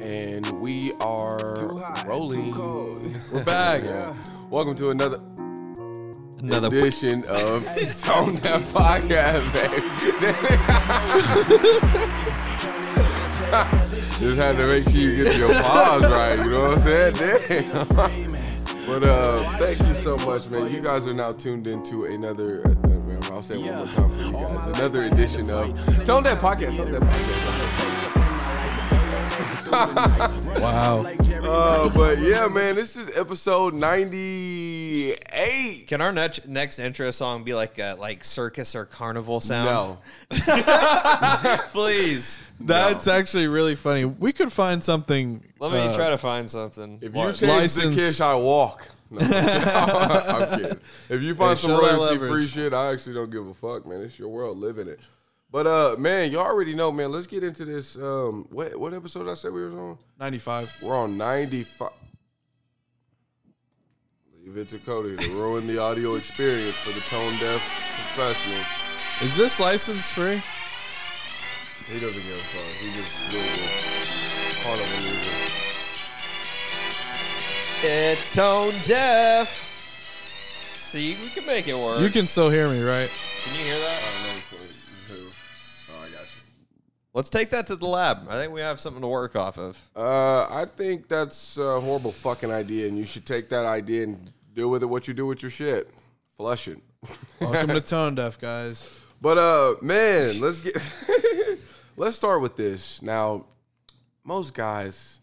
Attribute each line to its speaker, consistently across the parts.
Speaker 1: and we are
Speaker 2: Too hot,
Speaker 1: rolling.
Speaker 2: too cold.
Speaker 1: We're back.
Speaker 2: Yeah.
Speaker 1: Welcome to another
Speaker 3: Another
Speaker 1: edition of Tone That Podcast, baby. Just had to make sure you get your pause right. You know what I'm saying? Damn. but uh, thank you so much, man. You guys are now tuned into another. uh, man, I'll say it one more time for you guys. Another edition of Tone That Podcast. Tone That Podcast.
Speaker 3: wow.
Speaker 1: Uh, but yeah, man, this is episode 98.
Speaker 3: Can our next next intro song be like a like circus or carnival sound?
Speaker 1: No.
Speaker 3: please.
Speaker 4: That's actually really funny. We could find something.
Speaker 3: Let me
Speaker 4: Uh,
Speaker 3: try to find something.
Speaker 1: If you
Speaker 3: What?
Speaker 1: change
Speaker 4: License.
Speaker 1: the kish, I walk. No, I'm kidding. If you find
Speaker 4: Hey,
Speaker 1: some
Speaker 4: show that
Speaker 1: royalty free
Speaker 4: leverage.
Speaker 1: shit, I actually don't give a fuck, man. It's your world, live in it. But uh, man, you already know, man. Let's get into this. Um, what what episode I said we was on?
Speaker 4: uh, ninety-five.
Speaker 1: We're on ninety five. Leave it to Cody to ruin the audio experience for the tone deaf professional.
Speaker 4: Is this license free?
Speaker 1: He doesn't give a fuck. He just doing carnival music.
Speaker 3: it's tone deaf. See, we can make it work.
Speaker 4: You can still hear me, right?
Speaker 3: Can you hear that?
Speaker 1: I don't know if we- who. Oh, I got you.
Speaker 3: Let's take that to the lab. I think we have something to work off of.
Speaker 1: Uh, I think that's a horrible fucking idea, and you should take that idea and do with it what you do with your shit. Flush it.
Speaker 4: Welcome to Tone Deaf, guys.
Speaker 1: But uh, man, let's get let's start with this. Now, most guys,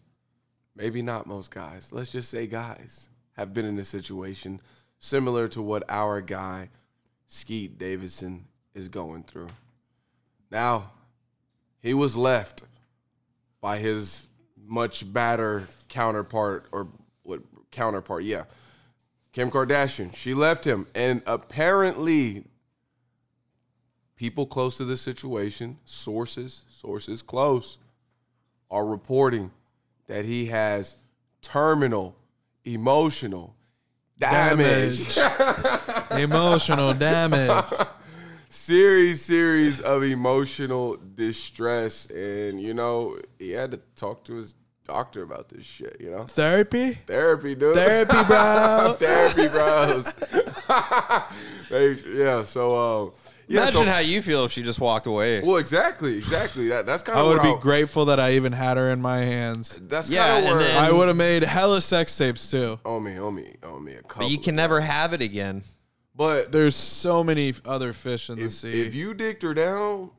Speaker 1: maybe not most guys, let's just say guys have been in a situation similar to what our guy Skeet Davidson is going through. Now, he was left by his much badder counterpart or what counterpart, yeah. Kim Kardashian, she left him and apparently people close to the situation, sources, sources close, are reporting that he has terminal emotional damage.
Speaker 4: Emotional damage.
Speaker 1: series, series of emotional distress. And, you know, he had to talk to his doctor about this shit, you know?
Speaker 4: Therapy.
Speaker 1: Therapy, dude.
Speaker 4: Therapy, bro.
Speaker 1: Therapy, bros. They- yeah, so, um, yeah,
Speaker 3: Imagine
Speaker 1: so-
Speaker 3: how you feel if she just walked away.
Speaker 1: well, exactly, exactly. That, that's kind
Speaker 4: I
Speaker 1: of
Speaker 4: would
Speaker 1: what
Speaker 4: be
Speaker 1: I-
Speaker 4: grateful that I even had her in my hands.
Speaker 1: That's
Speaker 3: Yeah,
Speaker 1: kind of
Speaker 3: and
Speaker 1: where
Speaker 3: then-
Speaker 4: I would have made hella sex tapes too.
Speaker 1: on me, on me, on me. A couple.
Speaker 3: but you can never have it again.
Speaker 1: But
Speaker 4: There's so many f- other fish in the
Speaker 1: if,
Speaker 4: sea.
Speaker 1: if you dicked her down,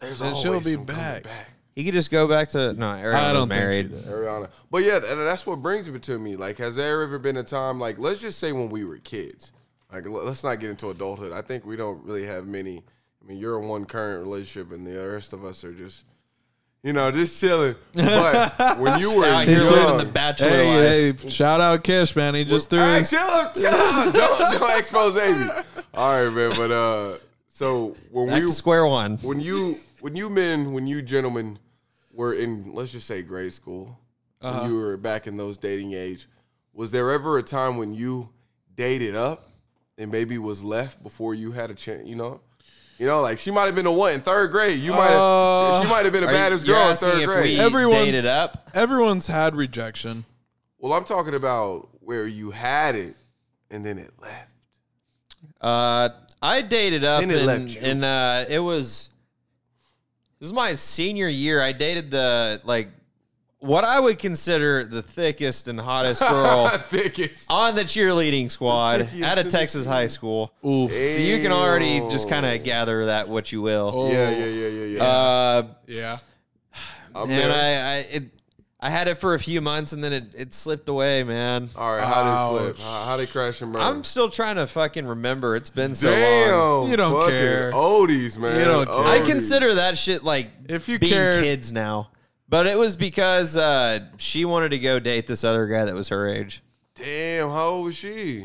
Speaker 1: there's
Speaker 4: Then
Speaker 1: always
Speaker 4: she'll be
Speaker 1: some coming
Speaker 4: back.
Speaker 1: back.
Speaker 3: He could just go back to no. Ariana
Speaker 4: I
Speaker 3: was
Speaker 4: don't
Speaker 3: married.
Speaker 4: Think she did.
Speaker 1: Ariana. But yeah, th- that's what brings it to me. Like, has there ever been a time, like, let's just say when we were kids, like, l- let's not get into adulthood. I think we don't really have many. I mean, you're in one current relationship, and the rest of us are just, you know, just chilling. But when you were young,
Speaker 3: Out here living the bachelor life.
Speaker 4: Hey, hey! Shout out Kish, man. He just threw.
Speaker 1: Hey,
Speaker 4: his-
Speaker 1: chill up, Ah, chill up. Don't, don't expose me. All right, man. But uh, so when
Speaker 3: Back
Speaker 1: we
Speaker 3: to square one.
Speaker 1: when you when you men when you gentlemen were in let's just say grade school
Speaker 3: Uh-huh.
Speaker 1: when you were back in those dating age was there ever a time when you dated up and maybe was left before you had a chance you know you know like she might have been the one in third grade you might have
Speaker 4: Uh,
Speaker 1: she might have been the
Speaker 3: you-
Speaker 1: baddest
Speaker 3: you're
Speaker 1: girl in
Speaker 3: asking
Speaker 1: third
Speaker 3: if
Speaker 1: grade
Speaker 3: we-
Speaker 4: Everyone's
Speaker 3: dated up.
Speaker 4: Everyone's had rejection.
Speaker 1: well i'm talking about where you had it and then it left
Speaker 3: Uh, I dated up
Speaker 1: Then
Speaker 3: and,
Speaker 1: it left you.
Speaker 3: and uh, it was this is my senior year. I dated the like what I would consider the thickest and hottest girl
Speaker 1: thickest
Speaker 3: on the cheerleading squad
Speaker 1: Thickest
Speaker 3: at a
Speaker 1: and
Speaker 3: Texas high school.
Speaker 4: Oof.
Speaker 3: So you can already just
Speaker 1: Damn.
Speaker 3: kind of gather that what you will.
Speaker 1: yeah yeah yeah yeah Oh, yeah
Speaker 3: Uh,
Speaker 4: Yeah.
Speaker 1: I'm
Speaker 3: and
Speaker 1: there.
Speaker 3: I I, it, I had it for a few months and then it, it slipped away, man.
Speaker 1: all right how did it slip
Speaker 4: Ouch.
Speaker 1: how, how did it crash and burn
Speaker 3: I'm still trying to fucking remember. It's been so
Speaker 1: Damn,
Speaker 3: long.
Speaker 4: You don't
Speaker 1: fucking
Speaker 4: care.
Speaker 1: Oldies, man.
Speaker 4: You don't care.
Speaker 1: Oldies.
Speaker 3: I consider that shit like
Speaker 4: Oh, If you
Speaker 3: being
Speaker 4: cared-
Speaker 3: kids now. But it was because uh, she wanted to go date this other guy that was her age.
Speaker 1: Damn, how old was she?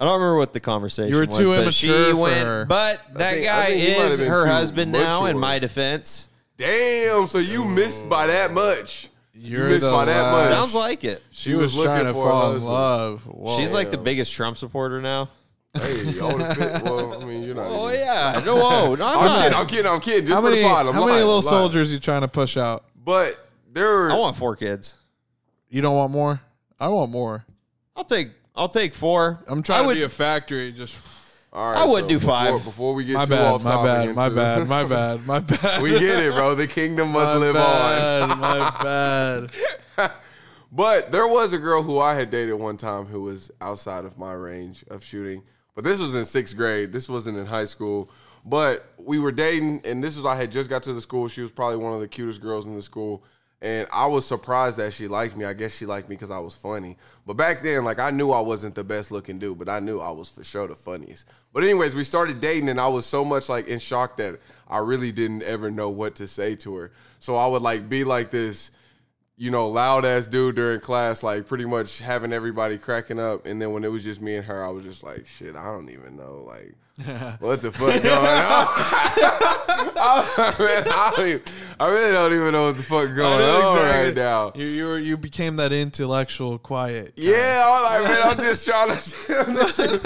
Speaker 3: I don't remember what the conversation.
Speaker 4: You were
Speaker 3: was,
Speaker 4: too
Speaker 3: but
Speaker 4: immature
Speaker 3: She
Speaker 4: for
Speaker 3: went,
Speaker 4: her.
Speaker 3: but that
Speaker 1: think- I
Speaker 3: guy
Speaker 1: think he might have
Speaker 3: is
Speaker 1: been
Speaker 3: her
Speaker 1: too
Speaker 3: husband now. In
Speaker 1: mature.
Speaker 3: my defense,
Speaker 1: Damn, so you missed by that much.
Speaker 4: You're
Speaker 1: missed
Speaker 4: the
Speaker 1: by that
Speaker 4: last-
Speaker 1: much.
Speaker 3: Uh, sounds like it.
Speaker 4: She was,
Speaker 1: was
Speaker 4: trying
Speaker 1: looking
Speaker 4: to
Speaker 1: for a
Speaker 4: fall in
Speaker 1: husband.
Speaker 4: love. Whoa.
Speaker 3: She's like the
Speaker 1: Damn.
Speaker 3: biggest Trump supporter now.
Speaker 1: Hey, I would've fit- well, I mean, you're not.
Speaker 3: Oh
Speaker 1: even-
Speaker 3: yeah, no, whoa, no, I'm
Speaker 1: I'm kidding.
Speaker 3: not.
Speaker 1: I'm kidding. I'm kidding. Just
Speaker 4: how
Speaker 1: for
Speaker 4: many,
Speaker 1: the pod. I'm
Speaker 4: how
Speaker 1: lying,
Speaker 4: many little
Speaker 1: I'm lying.
Speaker 4: soldiers you trying to push out?
Speaker 1: But There
Speaker 3: I
Speaker 1: are,
Speaker 3: want four kids.
Speaker 4: You don't want more? I want more.
Speaker 3: I'll take I'll take four.
Speaker 4: I'm trying
Speaker 3: I would,
Speaker 4: to be a factory. Just
Speaker 1: all right,
Speaker 3: I would do
Speaker 1: before-
Speaker 3: five.
Speaker 1: Before we get
Speaker 4: my
Speaker 1: too
Speaker 4: bad,
Speaker 1: off
Speaker 4: my
Speaker 1: topic
Speaker 4: bad,
Speaker 1: into-
Speaker 4: my bad, my bad, my bad.
Speaker 1: we get it, bro. The kingdom must
Speaker 4: my
Speaker 1: live on.
Speaker 4: bad, my bad.
Speaker 1: But there was a girl who I had dated one time who was outside of my range of shooting. But this was in sixth grade. This wasn't in high school. But we were dating, and this is I had just got to the school. She was probably one of the cutest girls in the school. And I was surprised that she liked me. I guess she liked me because I was funny. But back then, like I knew I wasn't the best looking dude, but I knew I was for sure the funniest. But anyways, we started dating, and I was so much like in shock that I really didn't ever know what to say to her. So I would like be like this you know, loud ass dude during class, like pretty much having everybody cracking up. And then when it was just me and her, I was just like, shit, I don't even know, like, what the fuck going on? I, man, I, don't even, I really don't even know what the fuck going on right now.
Speaker 4: You you were, you became that intellectual quiet.
Speaker 1: Yeah, I'm like, man, I'm just trying to.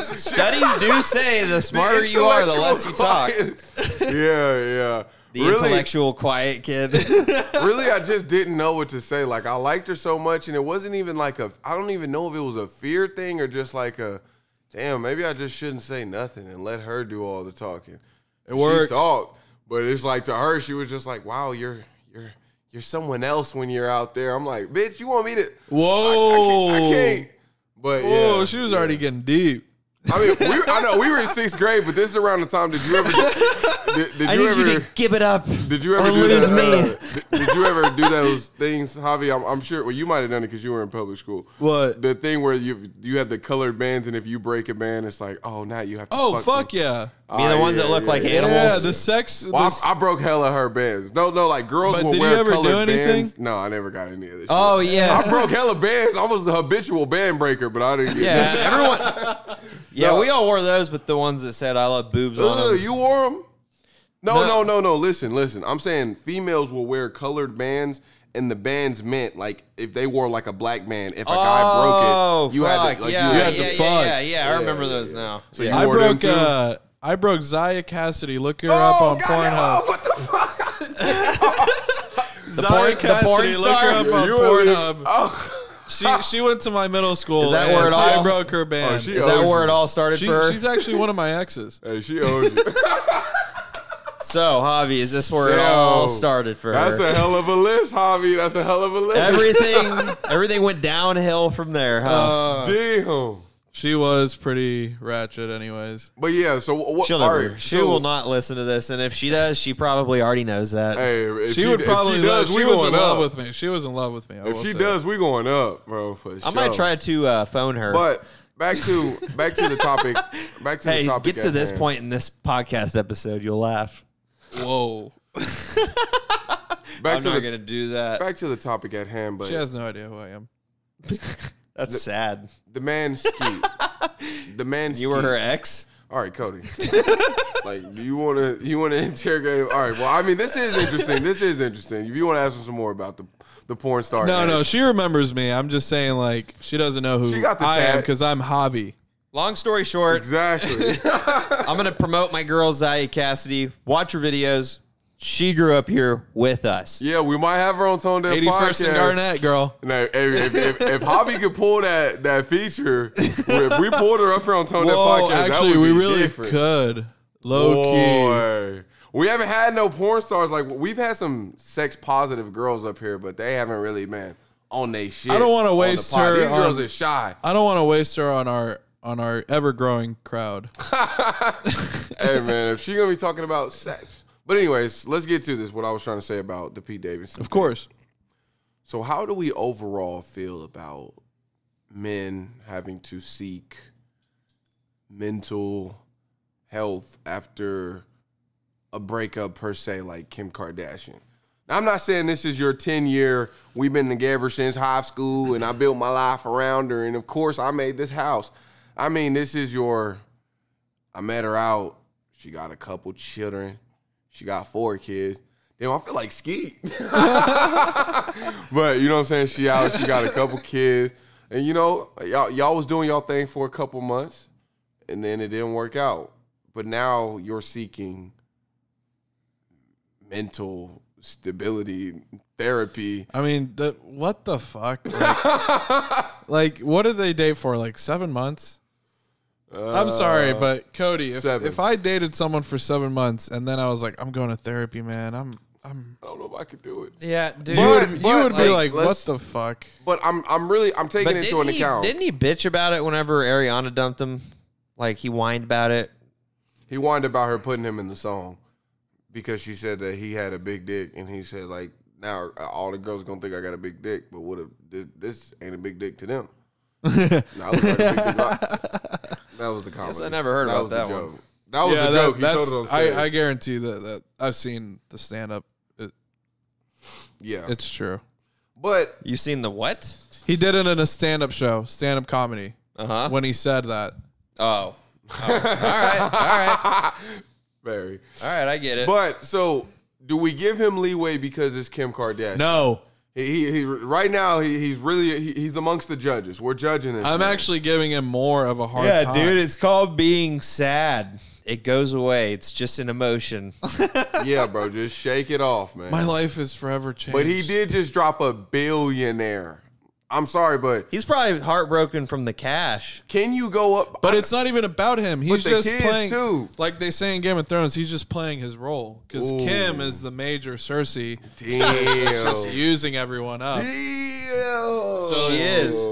Speaker 3: studies do say the smarter you are, the less you talk.
Speaker 1: talk. yeah, yeah.
Speaker 3: The intellectual quiet kid.
Speaker 1: really, I just didn't know what to say. Like I liked her so much, and it wasn't even like a. I don't even know if it was a fear thing or just like a, damn, maybe I just shouldn't say nothing and let her do all the talking. It
Speaker 4: worked.
Speaker 1: She talked, but it's like to her, she was just like, wow, you're you're you're someone else when you're out there. I'm like, bitch, you want me to?
Speaker 4: Whoa.
Speaker 1: I can't. I can't. But
Speaker 4: Whoa,
Speaker 1: yeah,
Speaker 4: she was
Speaker 1: yeah.
Speaker 4: already getting deep.
Speaker 1: I mean, we were, I know we were in sixth grade, but this is around the time. Did you ever? Did, did
Speaker 3: I
Speaker 1: you
Speaker 3: need
Speaker 1: ever,
Speaker 3: you to give it up.
Speaker 1: did you ever
Speaker 3: Or
Speaker 1: do
Speaker 3: lose
Speaker 1: that,
Speaker 3: me.
Speaker 1: uh, th- did you ever do those things, Javi? I'm, I'm sure. Well, you might have done it because you were in public school.
Speaker 4: What?
Speaker 1: The thing where you you had the colored bands, and if you break a band, it's like, oh, now you have to.
Speaker 4: Oh fuck,
Speaker 1: me.
Speaker 4: yeah.
Speaker 3: Be the
Speaker 1: Ah,
Speaker 3: ones
Speaker 1: yeah,
Speaker 3: that look
Speaker 1: yeah,
Speaker 3: like
Speaker 1: yeah.
Speaker 3: animals.
Speaker 4: Yeah, the sex the
Speaker 1: Well,
Speaker 4: s-
Speaker 1: I, I broke hella her bands. No, no, like girls
Speaker 4: But
Speaker 1: will
Speaker 4: did you
Speaker 1: wear
Speaker 4: ever do
Speaker 1: colored
Speaker 4: anything?
Speaker 1: bands. No, I never got any of this.
Speaker 3: oh
Speaker 1: shit.
Speaker 3: yes.
Speaker 1: I broke hella bands. I was a habitual band breaker, but I didn't get.
Speaker 3: Yeah, everyone. Yeah, we all wore those, but the ones that said "I love boobs" on
Speaker 1: Ugh,
Speaker 3: them.
Speaker 1: you wore them? No, no,
Speaker 3: Um, No.
Speaker 1: no, no. Listen, listen. I'm saying females will wear colored bands, and the bands meant like if they wore like a black band, if a guy
Speaker 3: oh,
Speaker 1: broke it, you
Speaker 3: fuck,
Speaker 1: had to, like,
Speaker 3: yeah,
Speaker 1: you
Speaker 3: yeah,
Speaker 1: had to.
Speaker 3: yeah,
Speaker 4: fuck.
Speaker 3: yeah, yeah, I
Speaker 1: Yeah,
Speaker 3: remember
Speaker 1: yeah,
Speaker 3: those
Speaker 1: yeah.
Speaker 3: now.
Speaker 1: So
Speaker 3: yeah.
Speaker 1: you
Speaker 4: I
Speaker 1: wore them
Speaker 4: broke
Speaker 1: too?
Speaker 4: uh I broke Zaya Cassidy. Look her up
Speaker 1: Oh,
Speaker 4: on
Speaker 1: God,
Speaker 4: Pornhub.
Speaker 1: oh, what the fuck?
Speaker 4: The
Speaker 3: porn- the porn star?
Speaker 4: Look her up on
Speaker 1: You were-
Speaker 4: Pornhub.
Speaker 1: Oh,
Speaker 4: She she went to my middle school.
Speaker 3: Is that
Speaker 4: and
Speaker 3: where it
Speaker 4: I
Speaker 3: all-
Speaker 4: broke her band.
Speaker 1: Oh, she-
Speaker 3: Is that where it all started
Speaker 4: She-
Speaker 3: for her?
Speaker 4: she's actually one of my exes.
Speaker 1: hey, she owes you.
Speaker 3: so, Javi, is this where it all
Speaker 1: Yo,
Speaker 3: started for
Speaker 1: That's
Speaker 3: her?
Speaker 1: a hell of a list, Javi. That's a hell of a list.
Speaker 3: everything, everything went downhill from there, huh?
Speaker 4: Uh,
Speaker 1: Damn.
Speaker 4: she was pretty ratchet, anyways.
Speaker 1: But yeah, so what?
Speaker 3: She'll
Speaker 1: all
Speaker 3: never,
Speaker 1: right,
Speaker 3: she
Speaker 1: so-
Speaker 3: will not listen to this, and if she does, she probably already knows that.
Speaker 1: Hey, if
Speaker 4: She, would
Speaker 1: if
Speaker 4: probably.
Speaker 1: she does.
Speaker 4: love,
Speaker 1: we
Speaker 4: she was
Speaker 1: going
Speaker 4: in love
Speaker 1: up.
Speaker 4: with me. She was in love with me. I
Speaker 1: If
Speaker 4: will
Speaker 1: she
Speaker 4: say.
Speaker 1: does, we going up, bro. For
Speaker 3: I might
Speaker 1: sure.
Speaker 3: try to uh, phone her.
Speaker 1: But back to back to the topic. Back to
Speaker 3: hey,
Speaker 1: the topic.
Speaker 3: get to
Speaker 1: at
Speaker 3: this
Speaker 1: hand.
Speaker 3: point in this podcast episode, you'll laugh.
Speaker 4: whoa,
Speaker 1: Back
Speaker 3: I'm
Speaker 1: to
Speaker 3: not
Speaker 1: the
Speaker 3: gonna do that.
Speaker 1: back to the topic at hand. But
Speaker 4: she has no idea who I am.
Speaker 3: That's sad.
Speaker 1: the man ski. the man.
Speaker 3: You were
Speaker 1: Skeet.
Speaker 3: her ex.
Speaker 1: All right, Cody. like, do you want to you want to interrogate? Him? All right. Well, I mean, this is interesting. This is interesting. If you want to ask him some more about the the porn star,
Speaker 4: No, no,
Speaker 1: ads.
Speaker 4: she remembers me. I'm just saying, like, she doesn't know who
Speaker 1: She got the
Speaker 4: I am
Speaker 1: tag.
Speaker 4: because I'm Javi.
Speaker 3: Long story short,
Speaker 1: exactly.
Speaker 3: I'm gonna promote my girl Zaya Cassidy. Watch her videos. She grew up here with us.
Speaker 1: yeah, we might have her on tone deaf
Speaker 4: 81st and
Speaker 1: podcast.
Speaker 4: Garnett, girl.
Speaker 1: No, if, if, if, if Javi could pull that that feature, if we pulled her up here on Tone Deaf
Speaker 4: Whoa,
Speaker 1: Podcast,
Speaker 4: actually,
Speaker 1: that would
Speaker 4: we
Speaker 1: be
Speaker 4: really
Speaker 1: different.
Speaker 4: could. Low key.
Speaker 1: Boy. We haven't had no porn stars. Like we've had some sex positive girls up here, but they haven't really been on they shit.
Speaker 4: I don't wanna
Speaker 1: on the
Speaker 4: waste
Speaker 1: pod.
Speaker 4: her um,
Speaker 1: These girls
Speaker 4: on-
Speaker 1: are shy.
Speaker 4: I don't want to waste her on our on our ever growing crowd.
Speaker 1: hey man, if she gonna be talking about sex. But anyways, let's get to this. What I was trying to say about the Pete Davidson.
Speaker 4: Of course.
Speaker 1: So how do we overall feel about men having to seek mental health after a breakup per se, like Kim Kardashian? Now, I'm not saying this is your 10 year, we've been together since high school and I built my life around her. And of course, I made this house. I mean, this is your, I met her out. She got a couple children. She got four kids. Damn, I feel like Skeet. But you know what I'm saying? She out, she got a couple kids. And you know, y'all y'all was doing y'all thing for a couple months and then it didn't work out. But now you're seeking mental stability, therapy.
Speaker 4: I mean, the, what the fuck? Like, like, what did they date for? Like seven months? I'm sorry, but Cody, if,
Speaker 1: Uh, seven.
Speaker 4: if I dated someone for seven months and then I was like, I'm going to therapy, man. I'm, I'm.
Speaker 1: Uh, I don't know if I could do it.
Speaker 3: Yeah, dude.
Speaker 4: You would, you
Speaker 1: but,
Speaker 4: would be
Speaker 1: like,
Speaker 4: like, what
Speaker 1: let's-
Speaker 4: the fuck?
Speaker 1: But I'm I'm really I'm taking it into an
Speaker 3: he,
Speaker 1: account.
Speaker 3: Didn't he bitch about it whenever Ariana dumped him? Like he whined about it.
Speaker 1: He whined about her putting him in the song because she said that he had a big dick, and he said like, now all the girls gonna think I got a big dick, but what if this, this ain't a big dick to them? no, I look like a big dick. that was the comment.
Speaker 3: I never heard about that one.
Speaker 1: That was Oh, the
Speaker 4: that-
Speaker 1: joke. he told it on stage.
Speaker 4: I, I guarantee that, that I've seen the stand up. It,
Speaker 1: yeah,
Speaker 4: it's true.
Speaker 1: but
Speaker 3: You seen the what?
Speaker 4: He did it in a stand up show, stand up comedy,
Speaker 3: Uh huh.
Speaker 1: Uh-huh.
Speaker 4: when he said that.
Speaker 3: Oh. Oh. All right. All right. All
Speaker 1: very.
Speaker 3: right. I get it.
Speaker 1: But so, do we give him leeway because it's Kim Kardashian?
Speaker 4: No,
Speaker 1: He, he, he right now he, he's really he, he's amongst the judges. We're judging this.
Speaker 4: I'm
Speaker 1: man.
Speaker 4: actually giving him more of a hard
Speaker 3: yeah,
Speaker 4: time.
Speaker 3: dude. It's called being sad. It goes away. It's just an emotion.
Speaker 1: yeah, bro. Just shake it off, man.
Speaker 4: My life is forever changed.
Speaker 1: But he did just drop a billionaire. I'm sorry, but
Speaker 3: He's probably heartbroken from the cash.
Speaker 1: can you go up?
Speaker 4: But it's not even about him. He's
Speaker 1: the
Speaker 4: just
Speaker 1: kids,
Speaker 4: playing,
Speaker 1: too.
Speaker 4: like they say in Game of Thrones. He's just playing his role because
Speaker 1: Ooh.
Speaker 4: Kim is the major Cersei, just
Speaker 1: Damn.
Speaker 4: using everyone up.
Speaker 1: Damn.
Speaker 3: She is.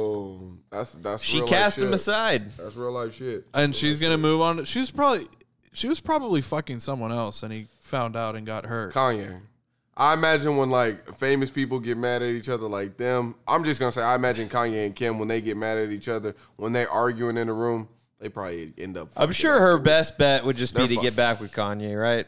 Speaker 1: That's that's.
Speaker 3: She
Speaker 1: real life
Speaker 3: cast him
Speaker 1: shit.
Speaker 3: aside.
Speaker 1: That's real life shit.
Speaker 4: And she's gonna move on. She was probably she was probably fucking someone else, and he found out and got hurt.
Speaker 1: Kanye. I imagine when like famous people get mad at each other, like them. I'm just gonna say, I imagine Kanye and Kim when they get mad at each other, when they arguing in the room, they probably end up.
Speaker 3: I'm
Speaker 1: fucking
Speaker 3: sure
Speaker 1: up.
Speaker 3: her best bet would just be
Speaker 1: They're
Speaker 3: to
Speaker 1: fuck-
Speaker 3: get back with Kanye, right?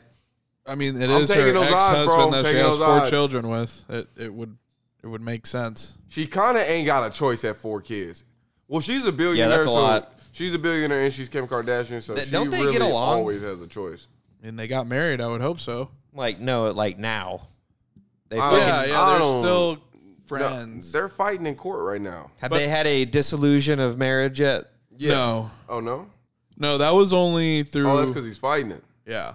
Speaker 4: I mean, it is
Speaker 1: I'm
Speaker 4: her
Speaker 1: taking those
Speaker 4: ex
Speaker 1: odds, bro. I'm
Speaker 4: husband that she
Speaker 1: taking
Speaker 4: has
Speaker 1: those
Speaker 4: four
Speaker 1: odds.
Speaker 4: children with. It it would it would make sense.
Speaker 1: She kind of ain't got a choice at four kids. Well, she's a billionaire.
Speaker 3: Yeah, that's a
Speaker 1: so
Speaker 3: lot.
Speaker 1: She's a billionaire and she's Kim Kardashian, so
Speaker 3: Th-
Speaker 1: she
Speaker 3: don't they
Speaker 1: really
Speaker 3: get along?
Speaker 1: always has a choice.
Speaker 4: I mean, they got married. I would hope so.
Speaker 3: Like no, like now. They
Speaker 1: I-
Speaker 3: fucking,
Speaker 4: Yeah, yeah.
Speaker 1: I
Speaker 4: They're
Speaker 1: don't-
Speaker 4: still
Speaker 1: No,
Speaker 4: friends.
Speaker 1: they're fighting in court right now.
Speaker 3: Have they had a disillusion of marriage yet?
Speaker 4: No,
Speaker 1: Oh no!
Speaker 4: no, that was only through.
Speaker 1: Oh, that's because he's fighting it.
Speaker 4: yeah.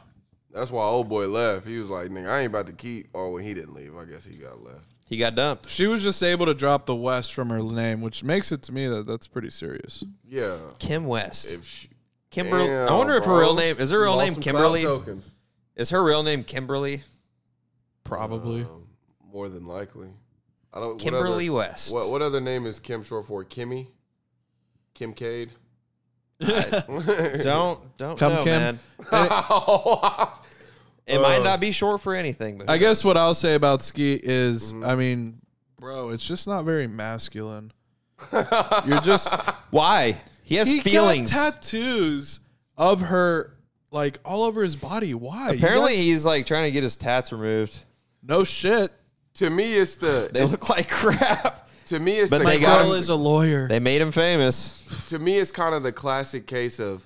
Speaker 1: That's why old boy left. He was like, "Nigga, I ain't about to keep." Oh, well, he didn't leave. I guess he got left.
Speaker 3: He got dumped.
Speaker 4: She was just able to drop the West from her name, which makes it to me that that's pretty serious.
Speaker 1: Yeah.
Speaker 3: Kim West.
Speaker 1: If she,
Speaker 3: Kimberly.
Speaker 1: Damn,
Speaker 3: I wonder if her
Speaker 1: bro.
Speaker 3: real name is her real
Speaker 1: Lost
Speaker 3: name
Speaker 1: some clout
Speaker 3: Kimberly.
Speaker 1: tokens.
Speaker 3: Is her real name Kimberly?
Speaker 4: Probably.
Speaker 1: Um, more than likely. I don't. what other-
Speaker 3: Kimberly West.
Speaker 1: What what other name is Kim short for? Kimmy, Kim Cade.
Speaker 3: Don't don't
Speaker 4: Come,
Speaker 3: know,
Speaker 4: Kim.
Speaker 3: man. It
Speaker 1: Uh,
Speaker 3: might not be short for anything, but
Speaker 4: I guess what I'll say about Ski is,
Speaker 1: Mm-hmm.
Speaker 4: I mean, bro, it's just not very masculine. You're just
Speaker 3: why he has
Speaker 4: he
Speaker 3: feelings.
Speaker 4: got tattoos of her like all over his body. Why? You
Speaker 3: Apparently,
Speaker 4: guys-
Speaker 3: he's like trying to get his tats removed.
Speaker 4: no shit.
Speaker 1: to me, it's the
Speaker 3: They look like crap.
Speaker 1: to me it's
Speaker 3: But
Speaker 1: the
Speaker 3: they got
Speaker 1: classic-
Speaker 3: him-
Speaker 4: a lawyer.
Speaker 3: They made him famous.
Speaker 1: to me it's kind of the classic case of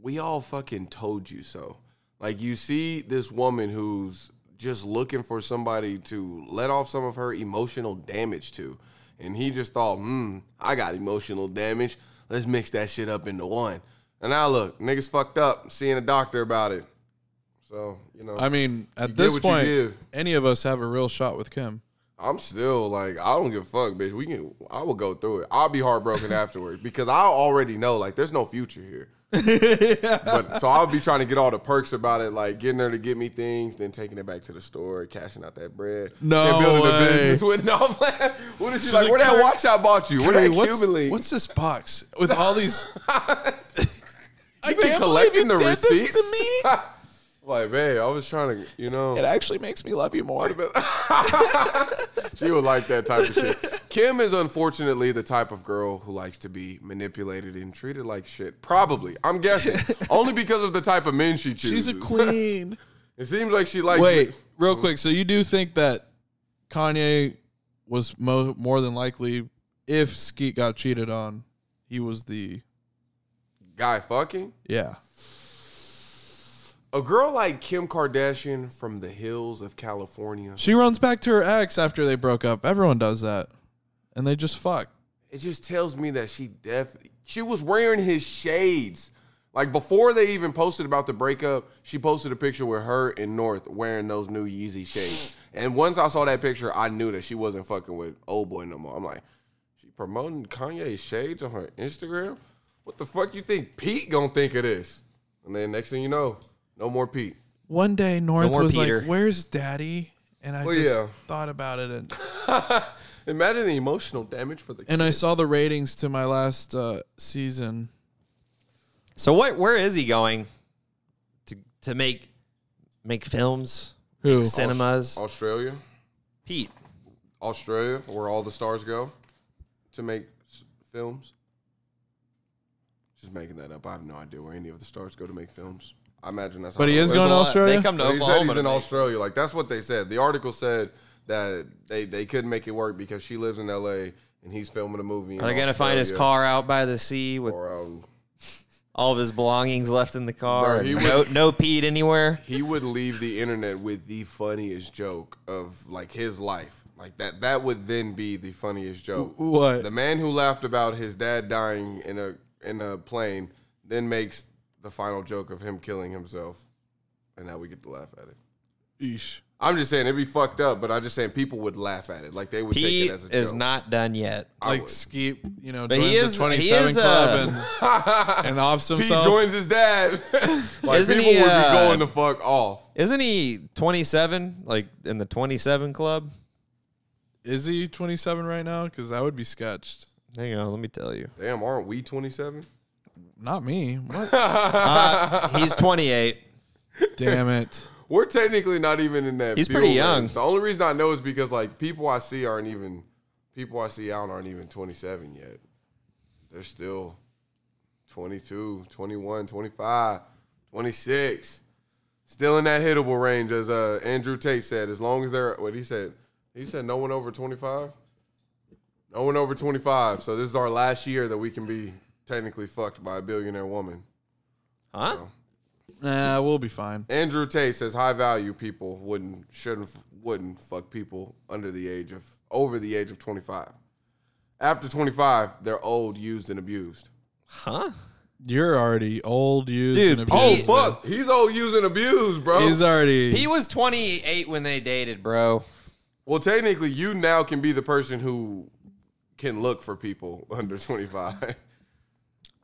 Speaker 1: we all fucking told you so like you see this woman who's just looking for somebody to let off some of her emotional damage to and he just thought hmm i got emotional damage let's mix that shit up into one and now look niggas fucked up seeing a doctor about it so you know
Speaker 4: I
Speaker 1: I'm,
Speaker 4: mean, at
Speaker 1: get
Speaker 4: this
Speaker 1: what you
Speaker 4: point,
Speaker 1: give.
Speaker 4: any of us have a real shot with Kim.
Speaker 1: still like i don't give a fuck bitch we can i will go through it i'll be heartbroken afterwards because i already know like there's no future here but so I'll be trying to get all the perks about it, like getting her to get me things, then taking it back to the store, cashing out that bread,
Speaker 4: No
Speaker 1: then building
Speaker 4: way.
Speaker 1: a business with no plan. What is she
Speaker 4: She's
Speaker 1: like?
Speaker 4: like,
Speaker 1: Where that
Speaker 4: "Kirk,
Speaker 1: watch I bought you? Where
Speaker 4: Hey,
Speaker 1: that
Speaker 4: what's,
Speaker 1: Cuban link?
Speaker 4: what's this box with all these? I
Speaker 1: been collecting the receipts
Speaker 4: me.
Speaker 1: Like, babe, I was trying to, you know,
Speaker 4: It actually makes me love you more.
Speaker 1: she would like that type of shit. Kim is unfortunately the type of girl who likes to be manipulated and treated like shit. Probably, I'm guessing, only because of the type of men she chooses.
Speaker 4: She's a queen.
Speaker 1: It seems like she likes.
Speaker 4: Wait, real quick. So you do think that Kanye was mo- more than likely, if Skeet got cheated on, he was the
Speaker 1: guy fucking.
Speaker 4: yeah.
Speaker 1: A girl like Kim Kardashian from the hills of California.
Speaker 4: She runs back to her ex after they broke up. Everyone does that, and they just fuck.
Speaker 1: It just tells me that she definitely she was wearing his shades. Like before they even posted about the breakup, she posted a picture with her and North wearing those new Yeezy shades. And once I saw that picture, I knew that she wasn't fucking with old boy no more. I'm like, she promoting Kanye shades on her Instagram? What the fuck you think Pete gonna think of this? And then next thing you know, no more Pete.
Speaker 4: One day North
Speaker 3: more
Speaker 4: was
Speaker 3: Peter.
Speaker 4: like, "Where's Daddy?" And I
Speaker 1: Well,
Speaker 4: just
Speaker 1: yeah.
Speaker 4: thought about it, and,
Speaker 1: Imagine the emotional damage for the
Speaker 4: and I saw the ratings to my last uh, season.
Speaker 3: So what? Where is he going to to make make films,
Speaker 4: Who?
Speaker 3: cinemas?
Speaker 1: Australia.
Speaker 3: Pete,
Speaker 1: Australia, where all the stars go to make s- films. Just making that up. I have no idea where any of the stars go to make films. I imagine that's.
Speaker 4: But
Speaker 1: how
Speaker 4: he
Speaker 1: that
Speaker 4: is
Speaker 1: works.
Speaker 4: going
Speaker 3: There's a
Speaker 4: to
Speaker 3: lot-
Speaker 4: Australia.
Speaker 3: They come to
Speaker 1: But he said
Speaker 3: Oklahoma.
Speaker 1: he's
Speaker 3: to
Speaker 1: in
Speaker 3: make-
Speaker 1: Australia. Like that's what they said. The article said that they they couldn't make it work because she lives in L.A. and he's filming a movie. in
Speaker 3: Are they gonna find his
Speaker 1: Australia.
Speaker 3: car out by the sea with
Speaker 1: Or, um,
Speaker 3: all of his belongings left in the car?
Speaker 1: Bro, he
Speaker 3: and no,
Speaker 1: was-
Speaker 3: no Pete anywhere.
Speaker 1: he would leave the internet with the funniest joke of like his life. Like that that would then be the funniest joke.
Speaker 4: What?
Speaker 1: The man who laughed about his dad dying in a in a plane then makes the final joke of him killing himself. And now we get to laugh at it.
Speaker 4: Eesh.
Speaker 1: I'm just saying it'd be fucked up, but I'm just saying people would laugh at it. Like they would take
Speaker 3: Pete
Speaker 1: it as a joke.
Speaker 3: is not done yet.
Speaker 1: I
Speaker 4: Like
Speaker 1: would.
Speaker 4: Skeep, you know,
Speaker 3: But
Speaker 4: joins
Speaker 3: he is-
Speaker 4: the
Speaker 3: he
Speaker 4: 27
Speaker 3: is,
Speaker 4: Club
Speaker 3: uh,
Speaker 4: and, and offs
Speaker 1: Pete
Speaker 4: himself.
Speaker 1: joins his dad. like
Speaker 3: Isn't
Speaker 1: people
Speaker 3: he,
Speaker 1: would
Speaker 3: uh,
Speaker 1: be going the fuck off.
Speaker 3: Isn't he 27? Like in the 27 club?
Speaker 4: is he 27 right now? Because that would be sketched.
Speaker 3: Hang on, let me tell you.
Speaker 1: Damn, aren't we 27?
Speaker 4: Not me. What?
Speaker 3: Uh, he's 28.
Speaker 4: Damn it.
Speaker 1: We're technically not even in that.
Speaker 3: He's
Speaker 1: Buell
Speaker 3: pretty young.
Speaker 1: range. The only reason I know is because like people I see aren't even people I see out aren't even 27 yet. They're still 22, 21, 25, 26. Still in that hittable range as uh, Andrew Tate said as long as they're what he said. He said no one over 25. No one over 25. So this is our last year that we can be technically fucked by a billionaire woman.
Speaker 3: Huh?
Speaker 4: Nah, we'll be fine.
Speaker 1: Andrew Tate says high value people wouldn't shouldn't wouldn't fuck people under the age of over the age of 25. After 25, they're old, used and abused.
Speaker 3: Huh?
Speaker 4: You're already old, used,
Speaker 3: Dude,
Speaker 4: and
Speaker 1: Oh
Speaker 4: abused.
Speaker 1: fuck, he's old, used and abused, bro.
Speaker 4: He's already.
Speaker 3: He was 28 when they dated, bro.
Speaker 1: well, technically, you now can be the person who can look for people under 25.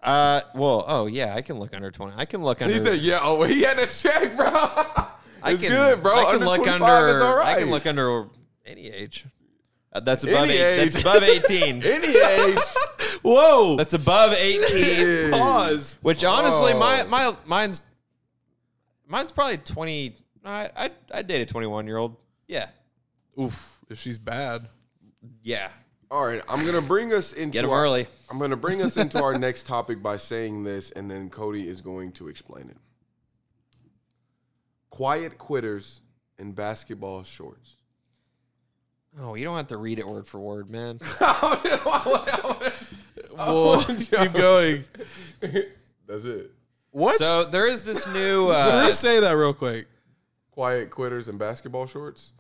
Speaker 3: Uh, well, oh yeah, I can look under 20. I can look under.
Speaker 1: he said, "Yeah, oh, he had to check, bro.
Speaker 3: I
Speaker 1: it's
Speaker 3: can,
Speaker 1: good, bro.
Speaker 3: I can
Speaker 1: under
Speaker 3: look
Speaker 1: 25
Speaker 3: under.
Speaker 1: is all right.
Speaker 3: I can look under any age. Uh, that's above
Speaker 1: Any
Speaker 3: eight,
Speaker 1: age.
Speaker 3: That's above 18.
Speaker 1: any age.
Speaker 4: Whoa.
Speaker 3: that's above 18.
Speaker 1: Jeez.
Speaker 4: Pause.
Speaker 3: Which honestly,
Speaker 1: Oh.
Speaker 3: my my mine's mine's probably 20. I I I date a 21 year old. Yeah,
Speaker 4: Oof. If she's bad.
Speaker 3: yeah.
Speaker 1: All right, I'm gonna bring us into
Speaker 3: Get them
Speaker 1: our-
Speaker 3: early.
Speaker 1: I'm going to bring us into our next topic by saying this, and then Cody is going to explain it. Quiet quitters in basketball shorts.
Speaker 3: Oh, you don't have to read it word for word, man.
Speaker 1: Oh,
Speaker 4: Whoa. Keep going.
Speaker 1: That's it.
Speaker 4: What?
Speaker 3: So there is this new. Uh,
Speaker 4: say that real quick.
Speaker 1: Quiet quitters in basketball shorts.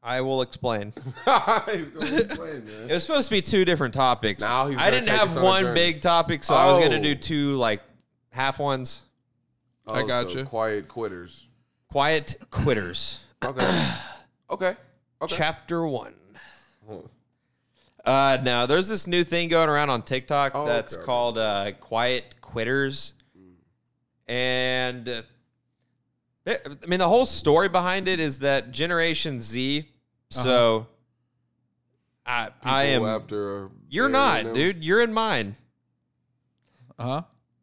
Speaker 3: I will explain.
Speaker 1: He's gonna explain, man.
Speaker 3: It was supposed to be two different topics.
Speaker 1: Now he's
Speaker 3: I
Speaker 1: gonna
Speaker 3: didn't
Speaker 1: take us
Speaker 3: have
Speaker 1: on a
Speaker 3: one
Speaker 1: journey.
Speaker 3: big topic, so I was
Speaker 1: Oh.
Speaker 3: gonna do two like half ones.
Speaker 1: Oh,
Speaker 4: gotcha.
Speaker 1: quiet quitters.
Speaker 3: Quiet quitters.
Speaker 1: Okay. okay. Okay.
Speaker 3: Chapter one. Uh, no, there's this new thing going around on TikTok
Speaker 1: Oh,
Speaker 3: that's
Speaker 1: okay.
Speaker 3: called uh, Quiet Quitters,
Speaker 1: Hmm.
Speaker 3: and uh, I mean the whole story behind it is that Generation Z. So, I I
Speaker 1: Uh-huh. People
Speaker 3: am.
Speaker 1: after.
Speaker 3: You're
Speaker 1: marrying
Speaker 3: not,
Speaker 1: them.
Speaker 3: dude. You're in mine.
Speaker 4: Huh?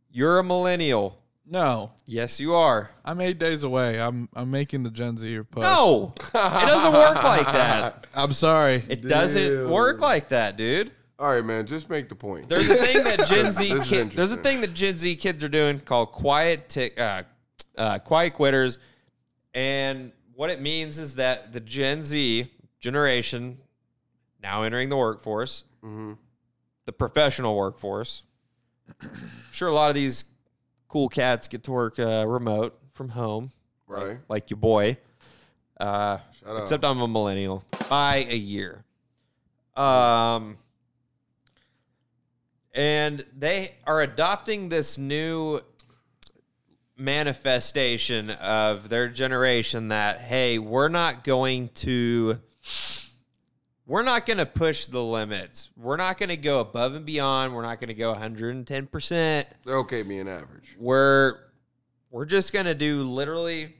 Speaker 3: You're a millennial.
Speaker 4: No.
Speaker 3: Yes, you are.
Speaker 4: I'm eight days away. I'm I'm making the Gen Z push.
Speaker 3: No, it doesn't work like that.
Speaker 4: I'm sorry.
Speaker 3: It doesn't
Speaker 1: Dude.
Speaker 3: work like that, dude.
Speaker 1: All right, man. Just make the point.
Speaker 3: There's a thing that Gen Z
Speaker 1: This is
Speaker 3: kid, there's a
Speaker 1: interesting.
Speaker 3: thing that Gen Z kids are doing called quiet tick uh, uh, quiet quitters, and what it means is that the Gen Z generation now entering the workforce,
Speaker 1: Mm-hmm.
Speaker 3: the professional workforce. sure, a lot of these cool cats get to work uh, remote from home,
Speaker 1: Right.
Speaker 3: like your boy. Uh,
Speaker 1: Shut up.
Speaker 3: Except I'm a millennial by a year. Um, and they are adopting this new manifestation of their generation that hey we're not going to we're not going to push the limits we're not going to go above and beyond we're not going to go 110%
Speaker 1: They're okay being average.
Speaker 3: we're we're just going to do literally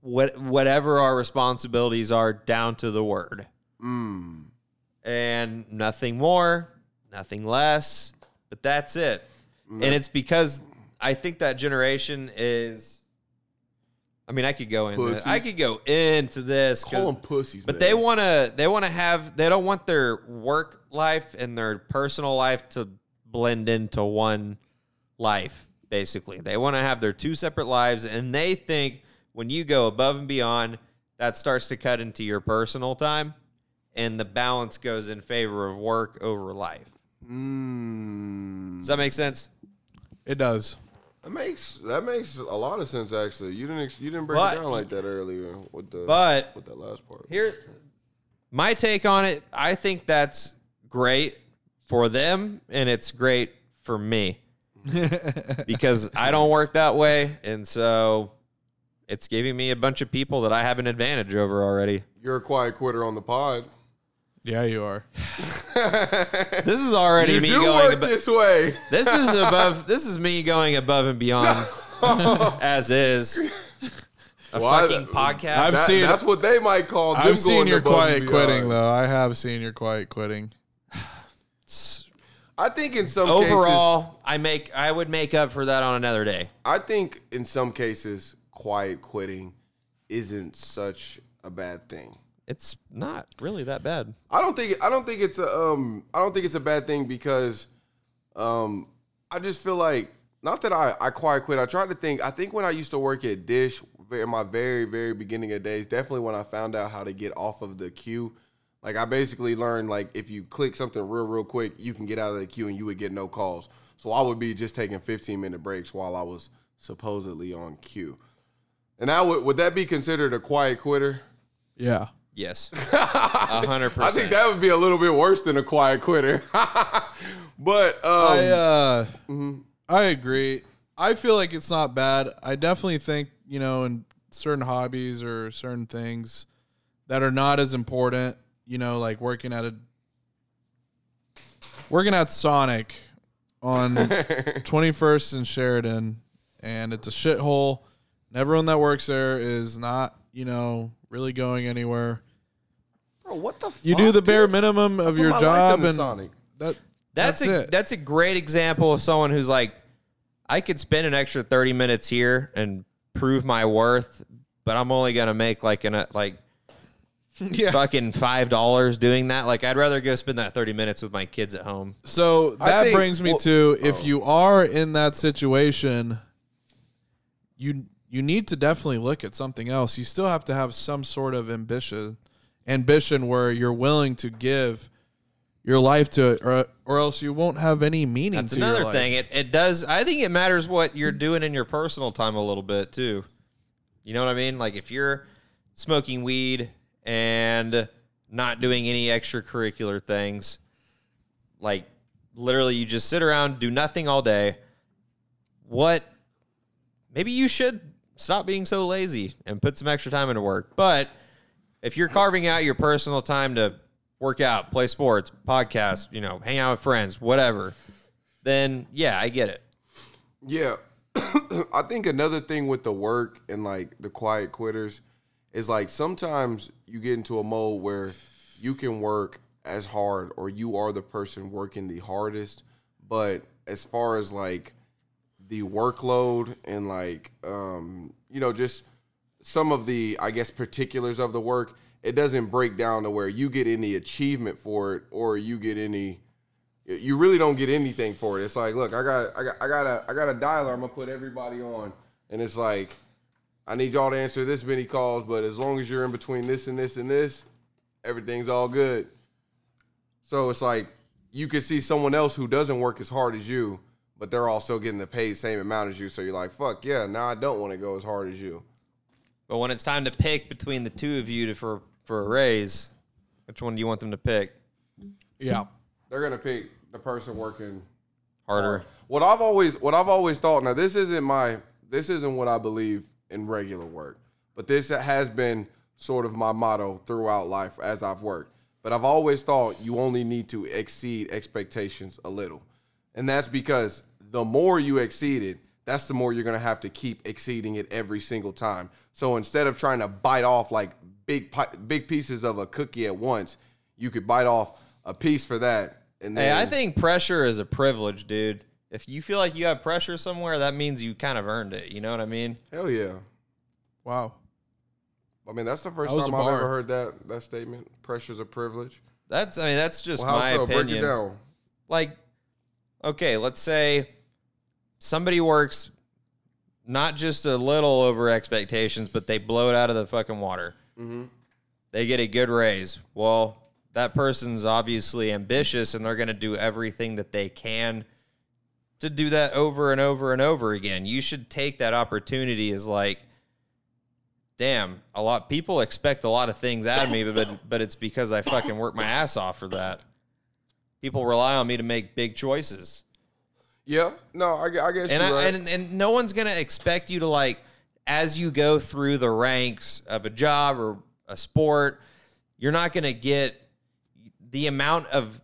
Speaker 3: what whatever our responsibilities are down to the word
Speaker 1: Mm.
Speaker 3: and nothing more, nothing less. But that's it.
Speaker 1: Mm.
Speaker 3: And it's because I think that generation is. I mean, I could go into
Speaker 1: Pussies.
Speaker 3: I could go into this, 'cause-
Speaker 1: Call them pussies,
Speaker 3: but
Speaker 1: man.
Speaker 3: they want to. They want to have. They don't want their work life and their personal life to blend into one life. Basically, they want to have their two separate lives, and they think when you go above and beyond, that starts to cut into your personal time and the balance goes in favor of work over life.
Speaker 1: Mm.
Speaker 3: Does that make sense?
Speaker 4: It does.
Speaker 1: That makes that makes a lot of sense actually. You didn't ex- you didn't break
Speaker 3: But-
Speaker 1: it down like that earlier with the
Speaker 3: But
Speaker 1: with that last part.
Speaker 3: here, my take on it, I think that's great for them and it's great for me because I don't work that way. And so it's giving me a bunch of people that I have an advantage over already.
Speaker 1: You're a quiet quitter on the pod.
Speaker 4: Yeah, you are.
Speaker 3: This is already
Speaker 1: You
Speaker 3: me
Speaker 1: do
Speaker 3: going
Speaker 1: work
Speaker 3: above. This.
Speaker 1: this way.
Speaker 3: is above. This is me going above and beyond as is. A
Speaker 1: Why the-
Speaker 3: fucking podcast.
Speaker 4: I've
Speaker 1: That-
Speaker 4: seen-
Speaker 1: that's what they might call. them
Speaker 4: I've seen
Speaker 1: going
Speaker 4: your
Speaker 1: above
Speaker 4: quiet
Speaker 1: and
Speaker 4: quitting
Speaker 1: beyond.
Speaker 4: though. I have seen your quiet quitting.
Speaker 1: I think in some cases,
Speaker 3: overall i make i would make up for that on another day
Speaker 1: I think in some cases, quiet quitting isn't such a bad thing.
Speaker 3: it's not really that bad
Speaker 1: I don't think I don't think it's a um I don't think it's a bad thing because um I just feel like not that I I quiet quit. I tried to think. I think when I used to work at Dish in my very very beginning of days, definitely when I found out how to get off of the queue. Like I basically learned like if you click something real real quick, you can get out of the queue and you would get no calls. So I would be just taking 15 minute breaks while I was supposedly on queue. And I would would that be considered a quiet quitter?
Speaker 4: Yeah.
Speaker 3: yes a hundred
Speaker 1: I think
Speaker 3: percent
Speaker 1: that would be a little bit worse than a quiet quitter. but um, mm-hmm.
Speaker 4: I uh, I agree. I feel like it's not bad. I definitely think you know in certain hobbies or certain things that are not as important. You know, like working at a working at Sonic on 21st and Sheridan, and it's a shithole. And everyone that works there is not you know really going anywhere.
Speaker 1: bro, uh, what the fuck?
Speaker 4: You do the
Speaker 1: dude?
Speaker 4: bare minimum of
Speaker 1: Put
Speaker 4: your
Speaker 1: my life
Speaker 4: job,
Speaker 1: into
Speaker 4: and
Speaker 1: Sonic.
Speaker 4: that
Speaker 3: that's,
Speaker 4: that's
Speaker 3: a
Speaker 4: it.
Speaker 3: that's a great example of someone who's like i could spend an extra 30 minutes here and prove my worth but i'm only gonna make like an uh, like
Speaker 4: yeah.
Speaker 3: fucking five dollars doing that like i'd rather go spend that 30 minutes with my kids at home
Speaker 4: So
Speaker 1: I
Speaker 4: that
Speaker 1: think-
Speaker 4: brings me
Speaker 1: well- oh.
Speaker 4: to if you are in that situation, you you need to definitely look at something else. You still have to have some sort of ambition, ambition where you're willing to give your life to it, or or else you won't have any meaning.
Speaker 3: It's
Speaker 4: to your
Speaker 3: another
Speaker 4: life.
Speaker 3: thing. It, it does. I think it matters what you're doing in your personal time a little bit too. You know what I mean? Like if you're smoking weed and not doing any extracurricular things, like literally you just sit around, do nothing all day. What? Maybe you should stop being so lazy and put some extra time into work. But if you're carving out your personal time to work out, play sports, podcast, you know, hang out with friends, whatever then yeah, I get it.
Speaker 1: Yeah. I think another thing with the work and like the quiet quitters is like sometimes you get into a mode where you can work as hard or you are the person working the hardest, but as far as like the workload and like um you know just some of the I guess particulars of the work, it doesn't break down to where you get any achievement for it or you get any you really don't get anything for it. It's like, look, I got, I got, I got a, I got a dialer. I'm gonna put everybody on, and it's like, I need y'all to answer this many calls, but as long as you're in between this and this and this, everything's all good. So it's like you could see someone else who doesn't work as hard as you, but they're also getting the paid same amount as you. So you're like, fuck yeah, now I don't want to go as hard as you.
Speaker 3: But when it's time to pick between the two of you to, for for a raise, which one do you want them to pick?
Speaker 4: Yeah.
Speaker 1: They're gonna pick. the person working
Speaker 3: harder.
Speaker 1: what I've always what I've always thought. Now this isn't my this isn't what I believe in regular work, but this has been sort of my motto throughout life as I've worked. But I've always thought you only need to exceed expectations a little, and that's because the more you exceed it, that's the more you're gonna have to keep exceeding it every single time. So instead of trying to bite off like big pi- big pieces of a cookie at once, you could bite off a piece for that. And
Speaker 3: Hey,
Speaker 1: then
Speaker 3: I think pressure is a privilege, dude. If you feel like you have pressure somewhere, that means you kind of earned it. You know what I mean?
Speaker 1: hell yeah.
Speaker 4: Wow.
Speaker 1: I mean, that's the first
Speaker 4: That was
Speaker 1: time
Speaker 4: a
Speaker 1: I've
Speaker 4: bar.
Speaker 1: ever heard that that statement. Pressure's a privilege.
Speaker 3: That's I mean that's just
Speaker 1: Well, how
Speaker 3: my
Speaker 1: so?
Speaker 3: opinion.
Speaker 1: Break it down.
Speaker 3: Like, okay, let's say somebody works not just a little over expectations, but they blow it out of the fucking water. They get a good raise. Well, that person's obviously ambitious, and they're going to do everything that they can to do that over and over and over again. You should take that opportunity as like, damn, a lot people expect a lot of things out of me, but but, but it's because I fucking work my ass off for that. People rely on me to make big choices,
Speaker 1: Yeah, no, I, gu- I guess
Speaker 3: and
Speaker 1: you're
Speaker 3: I,
Speaker 1: right.
Speaker 3: and and no one's gonna expect you to like as you go through the ranks of a job or a sport, you're not gonna get the amount of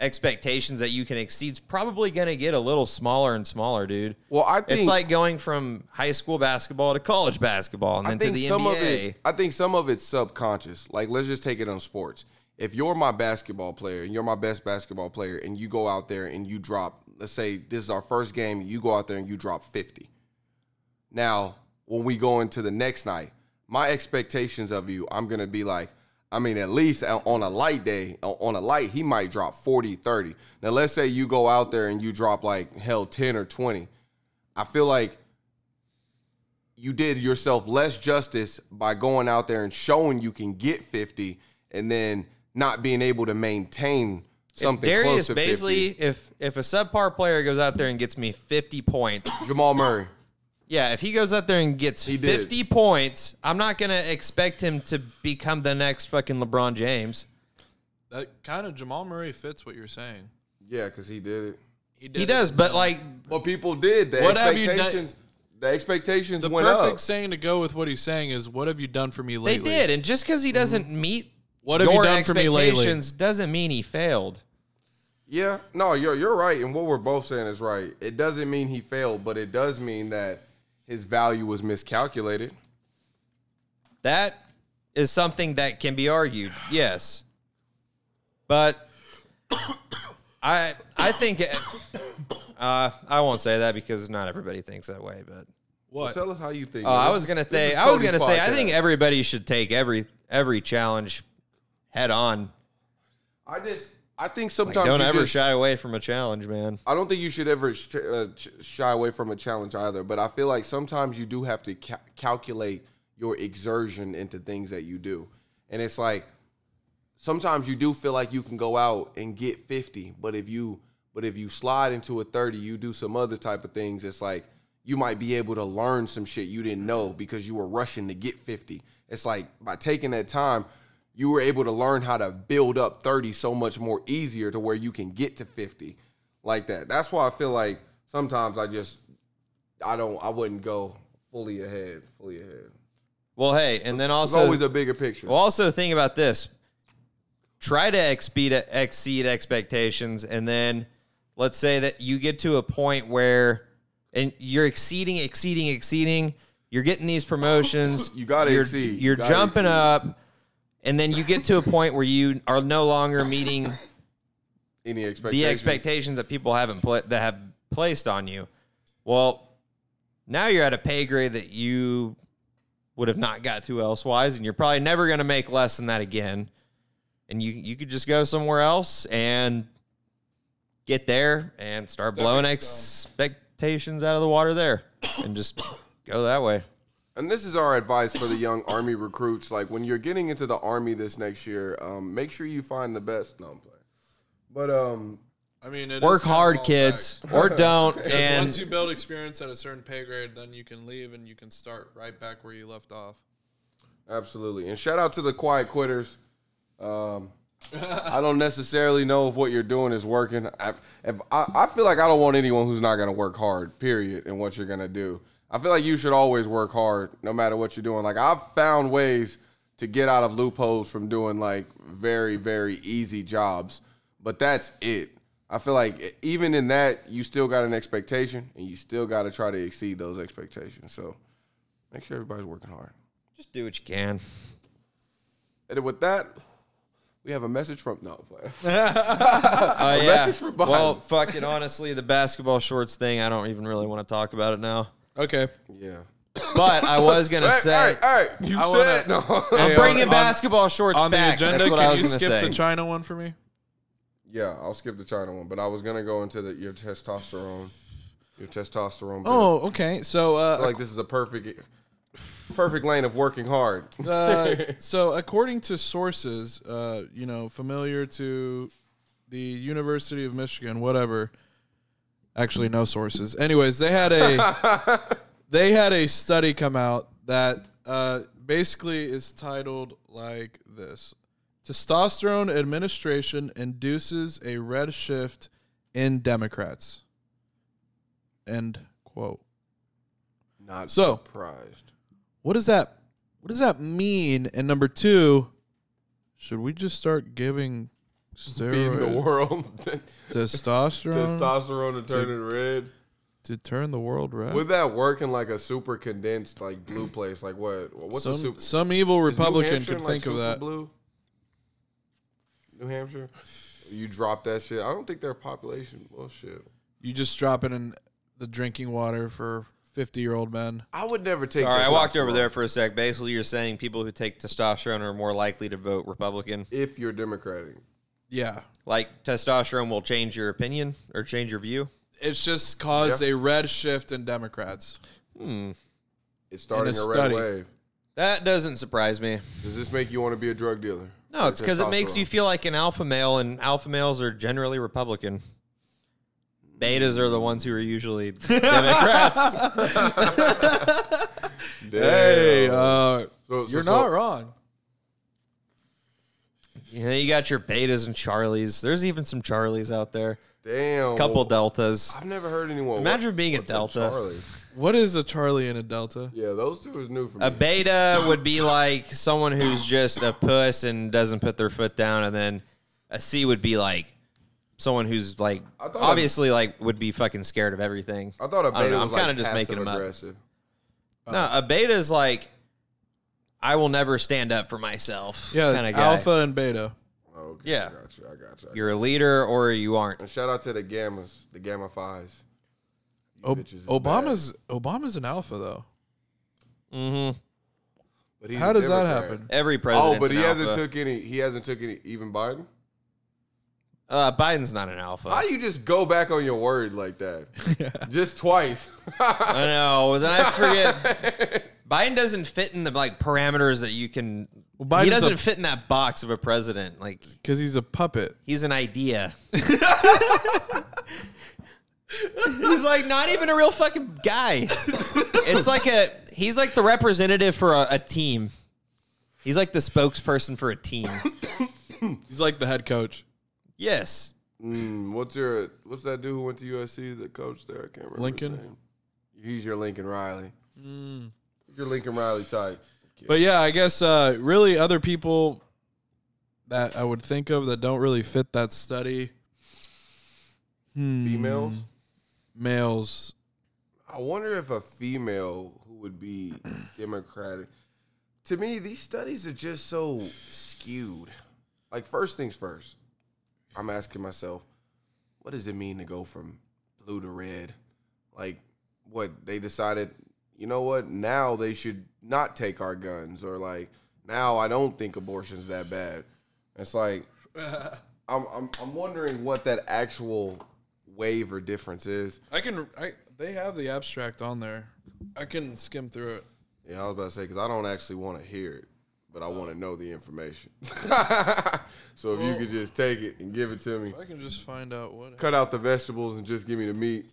Speaker 3: expectations that you can exceed's probably gonna get a little smaller and smaller, dude.
Speaker 1: well, I think
Speaker 3: It's like going from high school basketball to college basketball and
Speaker 1: I
Speaker 3: then to
Speaker 1: think
Speaker 3: the
Speaker 1: some
Speaker 3: NBA.
Speaker 1: of it. I think some of it's subconscious. Like, let's just take it on sports. If you're my basketball player and you're my best basketball player, and you go out there and you drop, let's say this is our first game, you go out there and you drop fifty. Now, when we go into the next night, my expectations of you, I'm going to be like, I mean, at least on on a light day, on- on a light, he might drop 40, 30. Now, let's say you go out there and you drop like, hell, 10 or 20. I feel like you did yourself less justice by going out there and showing you can get 50 and then not being able to maintain something close
Speaker 3: Darius
Speaker 1: to
Speaker 3: Baisley,
Speaker 1: 50.
Speaker 3: if if a subpar player goes out there and gets me 50 points,
Speaker 1: Jamal Murray.
Speaker 3: yeah, if he goes out there and gets
Speaker 1: did.
Speaker 3: 50 points, I'm not going to expect him to become the next fucking LeBron James.
Speaker 4: That kind of Jamal Murray fits what you're saying.
Speaker 1: Yeah, because he did it.
Speaker 4: did
Speaker 3: He
Speaker 4: it.
Speaker 3: does, but like
Speaker 1: Well, people did. The
Speaker 4: What have you done-
Speaker 1: expectations, the expectations
Speaker 4: The
Speaker 1: went
Speaker 4: perfect
Speaker 1: up.
Speaker 4: saying to go with what he's saying is, "What have you done for me
Speaker 3: they
Speaker 4: lately?"
Speaker 3: did, and just cuz he doesn't meet
Speaker 4: Mm-hmm. What have you
Speaker 3: your
Speaker 4: done for me lately?
Speaker 3: expectations doesn't mean he failed.
Speaker 1: Yeah, no, you're you're right, and what we're both saying is right. It doesn't mean he failed, but it does mean that his value was miscalculated.
Speaker 3: That is something that can be argued, yes. But I I think uh, I won't say that because not everybody thinks that way. But
Speaker 4: What?
Speaker 1: Tell us how you think.
Speaker 3: oh, I
Speaker 1: This-
Speaker 3: was gonna
Speaker 1: this
Speaker 3: say
Speaker 1: is
Speaker 3: I was
Speaker 1: Cody's
Speaker 3: gonna say I
Speaker 1: podcast.
Speaker 3: think everybody should take every every challenge head on.
Speaker 1: I just I think sometimes
Speaker 3: Don't
Speaker 1: you
Speaker 3: ever
Speaker 1: just-
Speaker 3: shy away from a challenge, man.
Speaker 1: I don't think you should ever sh- uh, sh- shy away from a challenge either. But I feel like sometimes you do have to ca- calculate your exertion into things that you do, and it's like sometimes you do feel like you can go out and get fifty, but if you but if you slide into a thirty, you do some other type of things. It's like you might be able to learn some shit you didn't know because you were rushing to get fifty. It's like by taking that time. You were able to learn how to build up 30 so much more easier to where you can get to 50 like that. That's why I feel like sometimes I just I don't I wouldn't go fully ahead, fully ahead.
Speaker 3: Well, hey, and then
Speaker 1: There's
Speaker 3: also
Speaker 1: always a bigger picture.
Speaker 3: Well, also think about this. Try to exceed exceed expectations, and then let's say that you get to a point where, and you're exceeding, exceeding, exceeding. You're getting these promotions.
Speaker 1: You gotta
Speaker 3: you're,
Speaker 1: exceed.
Speaker 3: You're
Speaker 1: You gotta
Speaker 3: jumping
Speaker 1: exceed.
Speaker 3: up, and then you get to a point where you are no longer meeting
Speaker 1: Any expectations?
Speaker 3: the expectations that people haven't pla that have placed on you. Well, now you're at a pay grade that you would have not got to elsewise, and you're probably never going to make less than that again. And you you could just go somewhere else and get there and start blowing expectations out of the water there, and just go that way.
Speaker 1: And this is our advice for the young army recruits. Like when you're getting into the army this next year, um, make sure you find the best. No, I'm playing. But um,
Speaker 4: I mean, it is
Speaker 3: Work
Speaker 4: kind of
Speaker 3: hard,
Speaker 4: all
Speaker 3: kids,
Speaker 4: back.
Speaker 3: or don't.
Speaker 4: 'Cause
Speaker 3: and
Speaker 4: once you build experience at a certain pay grade, then you can leave and you can start right back where you left off.
Speaker 1: absolutely. And shout out to the quiet quitters. Um, I don't necessarily know if what you're doing is working. I, if I, I feel like I don't want anyone who's not going to work hard, period, in what you're going to do. I feel like you should always work hard no matter what you're doing. Like, I've found ways to get out of loopholes from doing like very, very easy jobs, but that's it. I feel like even in that, you still got an expectation and you still got to try to exceed those expectations. So make sure everybody's working hard.
Speaker 3: Just do what you can.
Speaker 1: And with that, we have a message from no player.
Speaker 3: Uh, yeah.
Speaker 1: message from behind.
Speaker 3: Well, fucking honestly, the basketball shorts thing, I don't even really want to talk about it now.
Speaker 4: Okay.
Speaker 1: yeah.
Speaker 3: But I was going to
Speaker 1: All right,
Speaker 3: say,
Speaker 1: all right, all right. You
Speaker 4: I
Speaker 1: said no.
Speaker 3: I'm
Speaker 4: Hey,
Speaker 3: bringing
Speaker 4: on- on-
Speaker 3: basketball shorts
Speaker 4: On
Speaker 3: back.
Speaker 4: the agenda,
Speaker 3: That's what I
Speaker 4: can
Speaker 3: was
Speaker 4: you
Speaker 3: going to
Speaker 4: skip
Speaker 3: say.
Speaker 4: the China one for me?
Speaker 1: yeah, I'll skip the China one, but I was gonna go into the, your testosterone, your testosterone. bit.
Speaker 4: Oh, okay. So, uh,
Speaker 1: I feel like this is a perfect, perfect lane of working hard.
Speaker 4: uh, so according to sources, uh, you know, familiar to the University of Michigan, whatever. Actually, no sources. Anyways, they had a they had a study come out that uh, basically is titled like this: Testosterone administration induces a red shift in Democrats. End quote.
Speaker 1: Not
Speaker 4: So-
Speaker 1: surprised.
Speaker 4: what does that what does that mean? And number two, should we just start giving
Speaker 1: Feeding the
Speaker 4: steroid
Speaker 1: world
Speaker 4: testosterone
Speaker 1: testosterone to turn it red.
Speaker 4: to turn the world red?
Speaker 1: Would that work in like a super condensed like blue place? Like what? What's
Speaker 4: some
Speaker 1: a super?
Speaker 4: some evil
Speaker 1: Is New
Speaker 4: Republican
Speaker 1: Hampshire
Speaker 4: could
Speaker 1: in, like,
Speaker 4: think of
Speaker 1: super
Speaker 4: that.
Speaker 1: Blue, New Hampshire. You drop that shit. I don't think their population. Well, shit.
Speaker 4: You just drop it in the drinking water for fifty year old men.
Speaker 1: I would never take.
Speaker 3: All right, I walked
Speaker 1: testosterone
Speaker 3: over there for a sec. Basically, you're saying people who take testosterone are more likely to vote Republican.
Speaker 1: If you're Democratic,
Speaker 4: Yeah.
Speaker 3: Like testosterone will change your opinion or change your view.
Speaker 4: It's just caused a red shift in Democrats.
Speaker 1: it's starting a red
Speaker 4: study.
Speaker 1: wave.
Speaker 3: That doesn't surprise me.
Speaker 1: Does this make you want to be a drug dealer?
Speaker 3: No, it's because it makes you feel like an alpha male, and alpha males are generally Republican. Betas are the ones who are usually Democrats.
Speaker 1: Hey,
Speaker 4: uh,
Speaker 1: so, so-
Speaker 4: you're
Speaker 1: so-
Speaker 4: not wrong.
Speaker 3: you know, you got your betas and Charlies. There's even some Charlies out there.
Speaker 1: Damn,
Speaker 3: couple
Speaker 1: well,
Speaker 3: deltas.
Speaker 1: I've never heard anyone.
Speaker 3: Imagine being a
Speaker 1: what's
Speaker 3: Delta.
Speaker 1: Charlie.
Speaker 4: What is a Charlie and a Delta?
Speaker 1: Yeah, those two is new for me.
Speaker 3: A beta would be like someone who's just a puss and doesn't put their foot down, and then a C would be like someone who's like
Speaker 1: I thought a-
Speaker 3: obviously like would be fucking scared of everything.
Speaker 1: I thought a
Speaker 3: I don't
Speaker 1: beta
Speaker 3: know,
Speaker 1: was
Speaker 3: I'm
Speaker 1: like
Speaker 3: kinda just making 'em up.
Speaker 1: aggressive.
Speaker 3: No, a beta is like I will never stand up for myself.
Speaker 4: Yeah,
Speaker 3: kinda
Speaker 4: it's
Speaker 3: guy.
Speaker 4: alpha and beta.
Speaker 1: Oh, okay,
Speaker 3: Yeah.
Speaker 1: I got you. I got you. I got you.
Speaker 3: You're a leader or you aren't.
Speaker 1: And shout out to the gammas, the gamma fives. You
Speaker 4: Ob-
Speaker 1: bitches is
Speaker 4: Obama's Obama's an alpha though.
Speaker 3: Mm-hmm.
Speaker 1: bad. But he's
Speaker 4: How
Speaker 1: a
Speaker 4: does that
Speaker 1: Democrat.
Speaker 4: happen?
Speaker 3: Every president.
Speaker 1: Oh, but he hasn't took any. He hasn't took any. Even Biden.
Speaker 3: Uh, Biden's not an alpha.
Speaker 1: How you just go back on your word like that? Just twice.
Speaker 3: I know. Then I forget. Biden doesn't fit in the like parameters that you can.
Speaker 4: Biden's
Speaker 3: he doesn't
Speaker 4: a-
Speaker 3: fit in that box of a president. Like
Speaker 4: Because he's a puppet.
Speaker 3: he's an idea. he's like not even a real fucking guy. It's like a he's like the representative for a, a team. He's like the spokesperson for a team.
Speaker 4: He's like the head coach.
Speaker 3: Yes.
Speaker 1: Mm, what's your What's that dude who went to USC? The coach there, I can't remember. his
Speaker 4: Lincoln? Mm.
Speaker 1: name. He's your Lincoln Riley. Your Lincoln Riley type.
Speaker 4: But yeah, I guess uh, really other people that I would think of that don't really fit that study, Mm.
Speaker 1: Females.
Speaker 4: males.
Speaker 1: I wonder if a female who would be Democratic. To me, these studies are just so skewed. Like, first things first, I'm asking myself, what does it mean to go from blue to red? Like, what they decided, you know what, now they should not take our guns, or like, now I don't think abortion's that bad. It's like, I'm, I'm, I'm wondering what that actual wave or difference is.
Speaker 4: I can. I they have the abstract on there. I can skim through it.
Speaker 1: Yeah, I was about to say because I don't actually want to hear it, but I want to know the information. so if you could just take it and give it to me,
Speaker 4: I can just find out what
Speaker 1: cut out the vegetables and just give me the meat.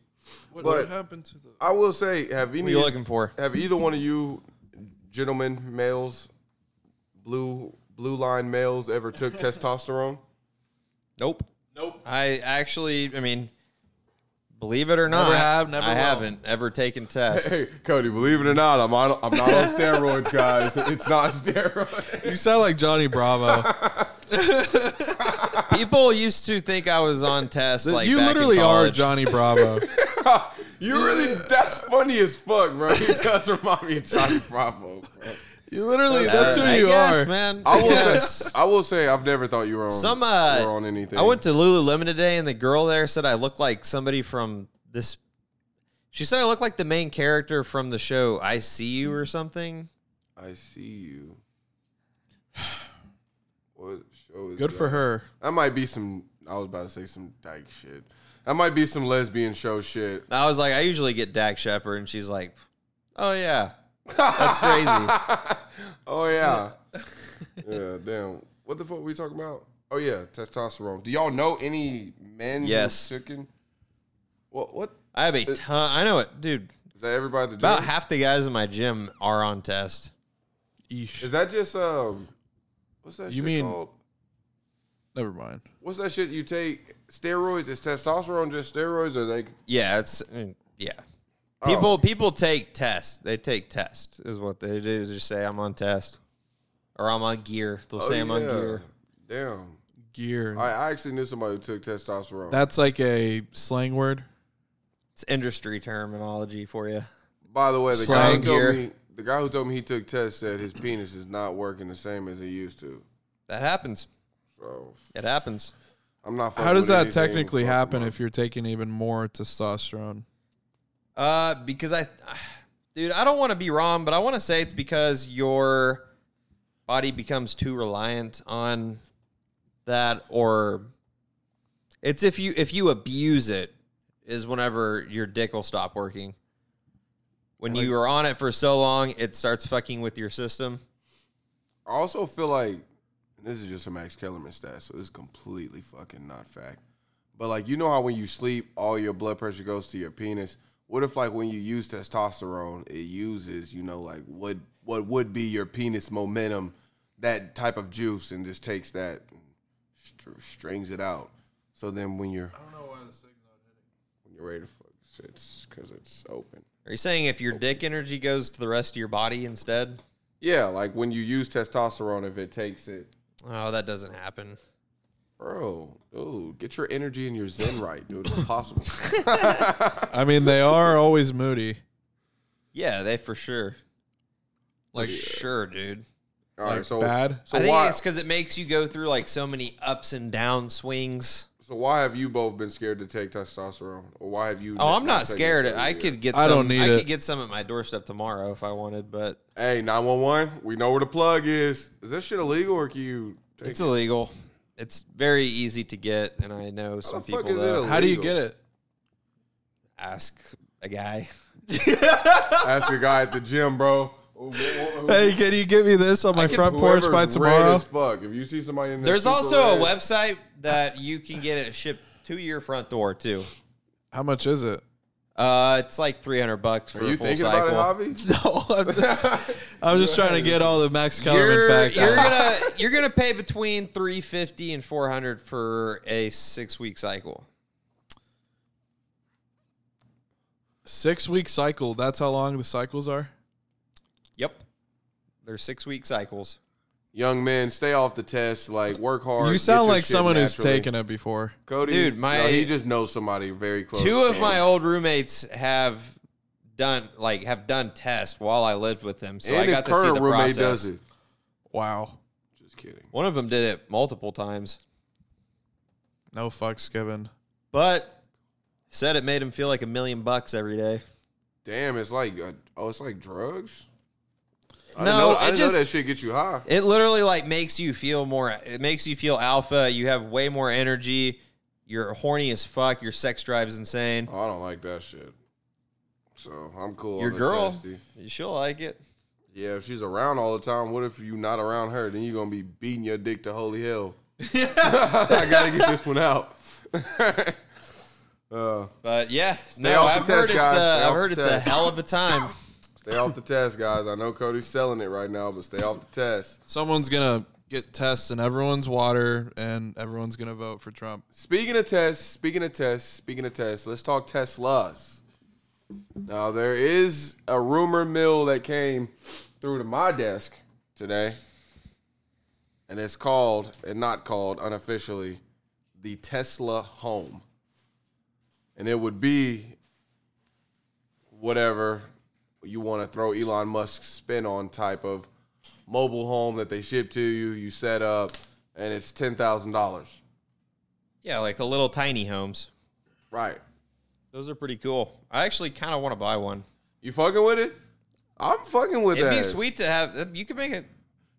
Speaker 4: what,
Speaker 1: but-
Speaker 4: happened to the.
Speaker 1: I will say, have
Speaker 3: What are
Speaker 1: any
Speaker 3: you looking for?
Speaker 1: have either one of you gentlemen males, blue blue line males ever took testosterone?
Speaker 3: Nope.
Speaker 2: Nope.
Speaker 3: I actually, I mean, believe it or not,
Speaker 2: Never have, never
Speaker 3: I
Speaker 2: will.
Speaker 3: haven't ever taken tests.
Speaker 1: Hey, Cody, believe it or not, I'm on, I'm not on steroids, guys. It's not steroids.
Speaker 4: You sound like Johnny Bravo.
Speaker 3: People used to think I was on tests. Like
Speaker 4: you
Speaker 3: back in
Speaker 4: literally are
Speaker 3: college.
Speaker 4: Johnny Bravo.
Speaker 1: You really, that's funny as fuck, bro. He does remind me of Johnny Bravo, bro.
Speaker 4: you literally,
Speaker 3: Uh,
Speaker 4: that's who
Speaker 3: I
Speaker 4: you
Speaker 3: guess,
Speaker 4: are.
Speaker 3: man.
Speaker 1: I will
Speaker 3: Yes.
Speaker 1: say, I will say, I've never thought you were on
Speaker 3: Some uh,
Speaker 1: were on anything.
Speaker 3: I went to Lululemon today, and the girl there said I look like somebody from this. She said I look like the main character from the show I See You or something.
Speaker 1: I see you. What show is
Speaker 4: Good for
Speaker 1: that?
Speaker 4: her.
Speaker 1: That might be some. I was about to say some dyke shit. That might be some lesbian show shit.
Speaker 3: I was like, I usually get Dak Shepard, and she's like, Oh yeah, that's crazy.
Speaker 1: Oh yeah. yeah. Damn. What the fuck we talking about? Oh yeah, testosterone. Do y'all know any men? who's
Speaker 3: Yes.
Speaker 1: Chicken. What? What
Speaker 3: I have a ton. I know it, dude.
Speaker 1: is that? Everybody at the
Speaker 3: About
Speaker 1: gym?
Speaker 3: half the guys in my gym are on test.
Speaker 4: Eesh.
Speaker 1: is that just um? What's that?
Speaker 4: You
Speaker 1: shit
Speaker 4: mean-
Speaker 1: called?
Speaker 4: Never mind.
Speaker 1: What's that shit you take? Steroids? Is testosterone just steroids? Or they?
Speaker 3: Yeah, it's mm, yeah.
Speaker 1: Oh.
Speaker 3: People people take tests. They take tests is what they do. Is just say I'm on test, or I'm on gear. They'll
Speaker 1: Oh,
Speaker 3: say I'm on
Speaker 1: yeah.
Speaker 3: gear.
Speaker 1: Damn.
Speaker 4: Gear.
Speaker 1: I, I actually knew somebody who took testosterone.
Speaker 4: That's like a slang word.
Speaker 3: It's industry terminology for you.
Speaker 1: By the way, the guy
Speaker 4: Slang
Speaker 1: who told
Speaker 3: gear.
Speaker 1: me the guy who told me he took tests said his penis is not working the same as it used to.
Speaker 3: That happens.
Speaker 1: So
Speaker 3: It happens.
Speaker 1: I'm not.
Speaker 4: How does that technically happen if you're taking even more testosterone?
Speaker 3: Uh, because I, dude, I don't want to be wrong, but I want to say it's because your body becomes too reliant on that, or it's if you if you abuse it, is whenever your dick will stop working. When you are on it for so long, it starts fucking with your system.
Speaker 1: I also feel like and this is just a Max Kellerman stat, so this is completely fucking not fact. But like you know how when you sleep, all your blood pressure goes to your penis. What if like when you use testosterone, it uses you know like what what would be your penis momentum, that type of juice, and just takes that, and str- strings it out. So then when you're
Speaker 4: I don't know why the signal's
Speaker 1: when you're ready to fuck, it's- it's because it's open.
Speaker 3: Are you saying if your dick energy goes to the rest of your body instead?
Speaker 1: Yeah, like when you use testosterone, if it takes it,
Speaker 3: Oh, that doesn't happen.
Speaker 1: bro, dude, get your energy and your zen right, dude. It's possible.
Speaker 4: I mean, they are always moody.
Speaker 3: Yeah, they for sure. Like
Speaker 4: Like,
Speaker 3: sure, dude.
Speaker 1: All right,
Speaker 4: Like
Speaker 1: so
Speaker 4: bad?
Speaker 1: So
Speaker 3: I think
Speaker 1: why?
Speaker 3: it's because it makes you go through like so many ups and down swings.
Speaker 1: So why have you both been scared to take testosterone, or why have you?
Speaker 3: Oh, I'm
Speaker 1: taken
Speaker 3: not
Speaker 1: it
Speaker 3: scared.
Speaker 1: for a
Speaker 3: I
Speaker 1: year?
Speaker 3: could get. Some,
Speaker 4: I don't need
Speaker 3: I
Speaker 4: it.
Speaker 3: could get some at my doorstep tomorrow if I wanted, but
Speaker 1: Hey, nine one one. We know where the plug is. Is this shit illegal, or can you? Take
Speaker 3: it's
Speaker 1: it?
Speaker 3: illegal. It's very easy to get, and I know some
Speaker 1: fuck
Speaker 3: people
Speaker 1: is it
Speaker 3: that
Speaker 1: illegal?
Speaker 4: How do you
Speaker 1: Legal.
Speaker 4: get it?
Speaker 3: ask a guy.
Speaker 1: Ask a guy at the gym, bro. My
Speaker 4: Hey, can you give me this on my front porch by tomorrow?
Speaker 1: As fuck. If you see somebody in there,
Speaker 3: There's
Speaker 1: super
Speaker 3: also a
Speaker 1: red-
Speaker 3: website that you can get it shipped to your front door too.
Speaker 4: How much is it?
Speaker 3: Uh, it's like 300 bucks for
Speaker 1: Are
Speaker 3: a
Speaker 1: you
Speaker 3: full
Speaker 1: thinking
Speaker 3: cycle.
Speaker 1: about it, Javi?
Speaker 4: No, I'm just, I'm just trying to get all the Max Kellerman
Speaker 3: You're,
Speaker 4: facts.
Speaker 3: you're
Speaker 4: out.
Speaker 3: gonna you're gonna pay between 350 and 400 for a six week cycle.
Speaker 4: Six week cycle. That's how long the cycles are.
Speaker 3: Yep. They're six week cycles.
Speaker 1: Young men, stay off the test. Like work hard.
Speaker 4: you
Speaker 1: get
Speaker 4: sound
Speaker 1: your
Speaker 4: like
Speaker 1: shit
Speaker 4: someone who's
Speaker 1: naturally.
Speaker 4: taken it before.
Speaker 1: Cody,
Speaker 3: Dude, my-
Speaker 1: no, he just knows somebody very close.
Speaker 3: Two of
Speaker 1: to
Speaker 3: my
Speaker 1: him.
Speaker 3: old roommates have done like have done tests while I lived with them. So
Speaker 1: and
Speaker 3: I
Speaker 1: his
Speaker 3: got to see
Speaker 1: current
Speaker 3: the
Speaker 1: roommate
Speaker 3: process.
Speaker 1: does it.
Speaker 4: Wow.
Speaker 1: Just kidding.
Speaker 3: One of them did it multiple times,
Speaker 4: No fucks given.
Speaker 3: but said it made him feel like a million bucks every day.
Speaker 1: Damn, it's like uh, oh, it's like drugs. I
Speaker 3: No,
Speaker 1: didn't know,
Speaker 3: it
Speaker 1: I didn't
Speaker 3: just-
Speaker 1: know that shit get you high.
Speaker 3: It literally like makes you feel more. It makes you feel alpha. You have way more energy. You're horny as fuck. Your sex drive's insane.
Speaker 1: Oh, I don't like that shit. So I'm cool.
Speaker 3: Your
Speaker 1: on the
Speaker 3: girl,
Speaker 1: testy.
Speaker 3: she'll like it.
Speaker 1: Yeah, if she's around all the time, what if you not around her? Then you gonna be beating your dick to holy hell. I gotta get this one out. uh,
Speaker 3: But yeah,
Speaker 1: off
Speaker 3: no,
Speaker 1: the
Speaker 3: I've heard
Speaker 1: test,
Speaker 3: it's
Speaker 1: guys. Stay
Speaker 3: a,
Speaker 1: off
Speaker 3: I've
Speaker 1: the
Speaker 3: heard it's a
Speaker 1: test.
Speaker 3: hell of a time.
Speaker 1: stay off the test, guys. I know Cody's selling it right now, but stay off the test.
Speaker 4: Someone's gonna get tests in everyone's water, and everyone's gonna vote for Trump.
Speaker 1: Speaking of tests, speaking of tests, speaking of tests, let's talk Teslas. Now there is a rumor mill that came through to my desk today, and it's called, and not called unofficially, the Tesla home. And it would be whatever you want to throw Elon Musk's spin on type of mobile home that they ship to you, you set up, and it's ten thousand dollars.
Speaker 3: Yeah, like the little tiny homes.
Speaker 1: Right.
Speaker 3: Those are pretty cool. I actually kind of want to buy one.
Speaker 1: You fucking with it? I'm fucking with
Speaker 3: It'd
Speaker 1: that.
Speaker 3: be sweet to have. uh, You could make it.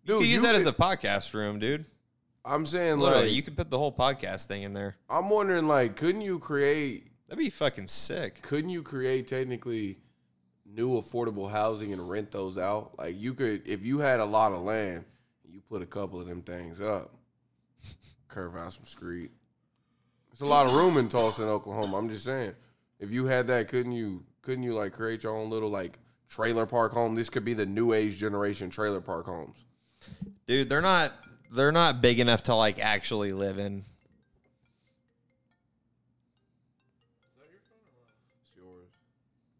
Speaker 3: You
Speaker 1: Dude,
Speaker 3: could use
Speaker 1: you
Speaker 3: that as a
Speaker 1: could-
Speaker 3: podcast room, dude.
Speaker 1: I'm saying
Speaker 3: Literally,
Speaker 1: like
Speaker 3: you could put the whole podcast thing in there.
Speaker 1: I'm wondering like couldn't you create
Speaker 3: That'd be fucking sick.
Speaker 1: couldn't you create technically new affordable housing and rent those out? Like you could if you had a lot of land, you put a couple of them things up. Curve out some street. There's a lot of room in Tulsa and Oklahoma. I'm just saying. If you had that, couldn't you couldn't you like create your own little like trailer park home? This could be the new age generation trailer park homes.
Speaker 3: Dude, they're not they're not big enough to like actually live in.
Speaker 1: It's yours.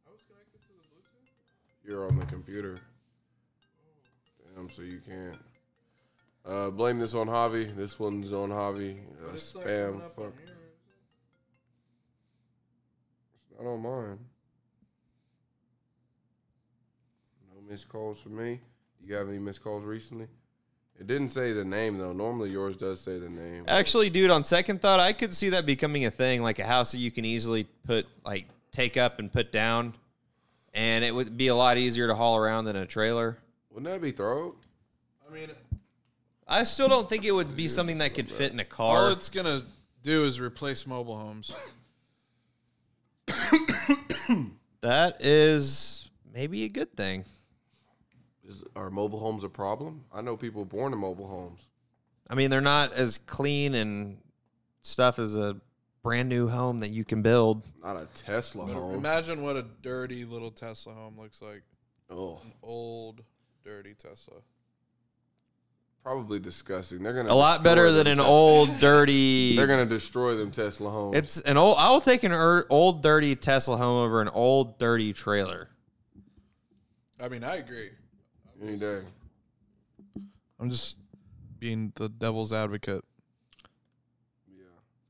Speaker 1: I was connected to the Bluetooth. You're on the computer. Damn, so you can't. Uh, blame this on Javi. This one's on Javi. Uh, spam fuck. It's not on mine. No missed calls for me. You have any missed calls recently? It didn't say the name though. Normally yours does say the name.
Speaker 3: Actually, dude, on second thought, I could see that becoming a thing, like a house that you can easily put like take up and put down. And it would be a lot easier to haul around than a trailer.
Speaker 1: Wouldn't that be throat?
Speaker 4: I mean,
Speaker 3: I still don't think it would be something that could fit in a
Speaker 4: all
Speaker 3: car.
Speaker 4: it's gonna do is replace mobile homes.
Speaker 3: That is maybe a good thing.
Speaker 1: Is, are mobile homes a problem? I know people born in mobile homes.
Speaker 3: I mean, they're not as clean and stuff as a brand new home that you can build.
Speaker 1: Not a Tesla
Speaker 4: But
Speaker 1: home.
Speaker 4: imagine what a dirty little Tesla home looks like.
Speaker 1: Oh,
Speaker 4: An old, dirty Tesla.
Speaker 1: probably disgusting. They're gonna
Speaker 3: A lot better
Speaker 1: destroy
Speaker 3: than
Speaker 1: them
Speaker 3: an
Speaker 1: Tes-
Speaker 3: old dirty.
Speaker 1: They're gonna destroy them Tesla homes.
Speaker 3: It's an old. I'll take an er, old dirty Tesla home over an old dirty trailer.
Speaker 4: I mean, I agree.
Speaker 1: any day.
Speaker 4: I'm just being the devil's advocate.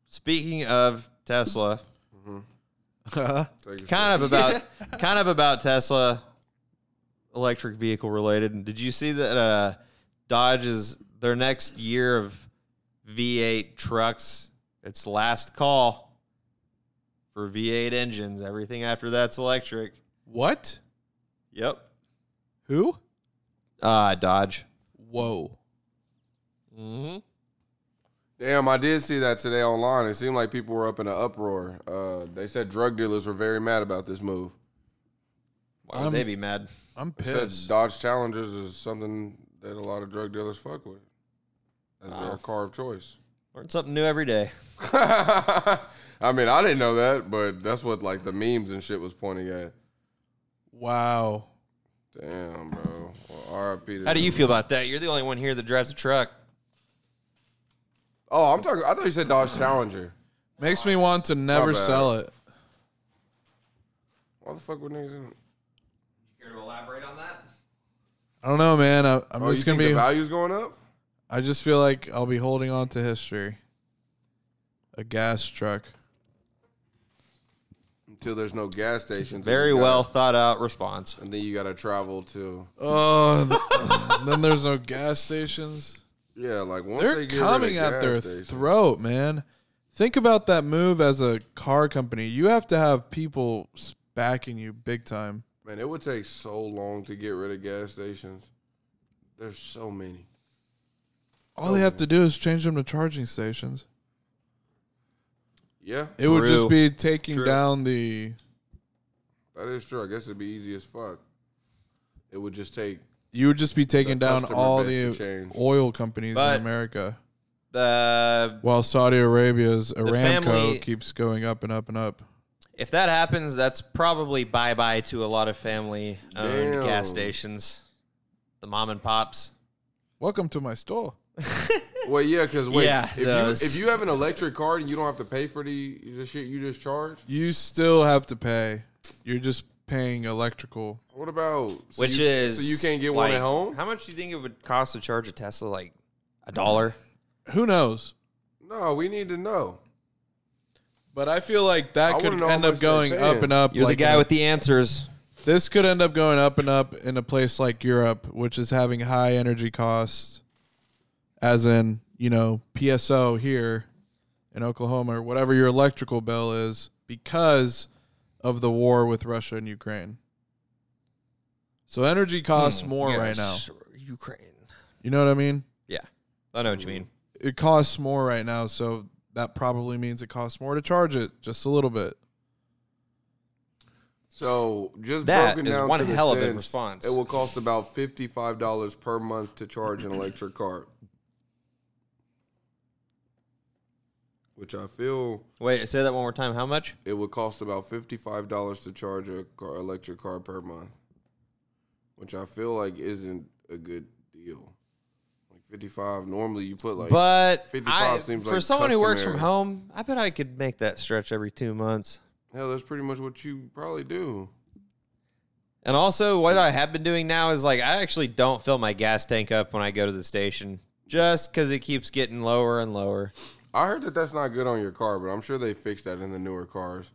Speaker 3: Speaking of Tesla, Mm-hmm.
Speaker 1: Take a
Speaker 3: kind of about kind of about Tesla electric vehicle related. Did you see that uh, Dodge's their next year of V8 trucks? It's last call for V8 engines. Everything after that's electric.
Speaker 4: what?
Speaker 3: Yep.
Speaker 4: Who?
Speaker 3: Uh, Dodge.
Speaker 4: Whoa.
Speaker 3: Mm-hmm.
Speaker 1: Damn, I did see that today online. It seemed like people were up in an uproar. Uh, they said drug dealers were very mad about this move.
Speaker 3: Why would
Speaker 4: I'm-
Speaker 3: they be mad?
Speaker 4: I'm
Speaker 1: They said
Speaker 4: pissed.
Speaker 1: Dodge Challengers is something that a lot of drug dealers fuck with as their
Speaker 3: Wow.
Speaker 1: car of choice.
Speaker 3: Learn something new every day.
Speaker 1: I mean, I didn't know that, but that's what like the memes and shit was pointing at.
Speaker 4: Wow.
Speaker 1: Damn, bro. Well, RIP. to
Speaker 3: How do
Speaker 1: them.
Speaker 3: you feel about that? You're the only one here that drives a truck.
Speaker 1: Oh, I'm talking. I thought you said Dodge Challenger.
Speaker 4: Makes me want to never
Speaker 1: bad.
Speaker 4: sell it.
Speaker 1: Why the fuck would niggas? In?
Speaker 3: Care to elaborate on that?
Speaker 4: I don't know, man. I, I'm
Speaker 1: Oh, you
Speaker 4: just gonna
Speaker 1: think the
Speaker 4: be.
Speaker 1: value's going up?
Speaker 4: I just feel like I'll be holding on to history. A gas truck.
Speaker 1: Until there's no gas stations.
Speaker 3: Very
Speaker 1: and you
Speaker 3: well
Speaker 1: gotta-
Speaker 3: thought out response.
Speaker 1: And then you gotta travel to.
Speaker 4: Oh, th- then there's no gas stations.
Speaker 1: Yeah, like once
Speaker 4: They're
Speaker 1: they get
Speaker 4: coming
Speaker 1: rid of
Speaker 4: at
Speaker 1: gas
Speaker 4: their
Speaker 1: stations-
Speaker 4: throat, man. Think about that move as a car company. You have to have people s- backing you big time.
Speaker 1: Man, it would take so long to get rid of gas stations. There's so many.
Speaker 4: All
Speaker 1: Oh,
Speaker 4: they have to do is change them to charging stations.
Speaker 1: Yeah,
Speaker 4: It would
Speaker 3: True.
Speaker 4: just be taking
Speaker 3: True.
Speaker 4: down the.
Speaker 1: that is true. I guess it'd be easy as fuck. It would just take.
Speaker 4: You would just be taking
Speaker 1: The
Speaker 4: down
Speaker 1: customer
Speaker 4: all
Speaker 1: base to
Speaker 4: the
Speaker 1: change.
Speaker 4: oil companies
Speaker 3: But-
Speaker 4: in America,
Speaker 3: The
Speaker 4: while Saudi Arabia's Aramco
Speaker 3: family-
Speaker 4: keeps going up and up and up.
Speaker 3: if that happens, that's probably bye bye to a lot of family owned
Speaker 1: Damn.
Speaker 3: gas stations, the mom and pops.
Speaker 4: Welcome to my store.
Speaker 1: Well, yeah, because wait,
Speaker 3: Yeah,
Speaker 1: if,
Speaker 3: those.
Speaker 1: you, if you have an electric card and you don't have to pay for the, the shit you just charge,
Speaker 4: You still have to pay. You're just paying electrical.
Speaker 1: what about so
Speaker 3: Which
Speaker 1: you-
Speaker 3: is
Speaker 1: so you can't get one
Speaker 3: like,
Speaker 1: at home?
Speaker 3: How much do you think it would cost to charge a Tesla? Like a dollar?
Speaker 4: Who knows?
Speaker 1: No, we need to know.
Speaker 4: But I feel like
Speaker 1: I
Speaker 4: that
Speaker 1: wanna
Speaker 4: could
Speaker 1: know how
Speaker 4: end up
Speaker 1: much they're
Speaker 4: going up
Speaker 1: paying.
Speaker 4: and up.
Speaker 3: You're
Speaker 4: like
Speaker 3: the guy
Speaker 4: in-
Speaker 3: with the answers.
Speaker 4: this could end up going up and up in a place like Europe, which is having high energy costs, as in you know PSO here in Oklahoma or whatever your electrical bill is because of the war with Russia and Ukraine. So energy costs
Speaker 1: Hmm,
Speaker 4: more right now.
Speaker 3: Hmm, Ukraine.
Speaker 4: You know what I mean?
Speaker 3: Yeah, I know what you mean.
Speaker 4: It costs more right now, so that probably means it costs more to charge it just a little bit.
Speaker 1: So just
Speaker 3: That
Speaker 1: broken
Speaker 3: is
Speaker 1: down
Speaker 3: one
Speaker 1: to the
Speaker 3: hell of a
Speaker 1: cents,
Speaker 3: response.
Speaker 1: It will cost about fifty five dollars per month to charge an electric car, which I feel
Speaker 3: Wait, say that one more time. How much?
Speaker 1: it would cost about fifty five dollars to charge a car, electric car per month, which I feel like isn't a good deal. Like fifty five, normally you put like
Speaker 3: but
Speaker 1: 55
Speaker 3: I,
Speaker 1: seems
Speaker 3: for
Speaker 1: like
Speaker 3: someone who works from
Speaker 1: customary.
Speaker 3: home, I bet I could make that stretch every two months.
Speaker 1: hell, that's pretty much what you probably do.
Speaker 3: And also, what I have been doing now is like I actually don't fill my gas tank up when I go to the station, just because it keeps getting lower and lower.
Speaker 1: I heard that that's not good on your car, but I'm sure they fixed that in the newer cars.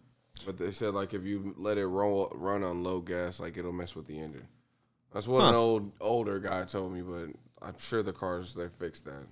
Speaker 1: But they said like if you let it roll run on low gas, like it'll mess with the engine. That's what an
Speaker 3: Huh.
Speaker 1: old older guy told me, but I'm sure the cars they fixed that.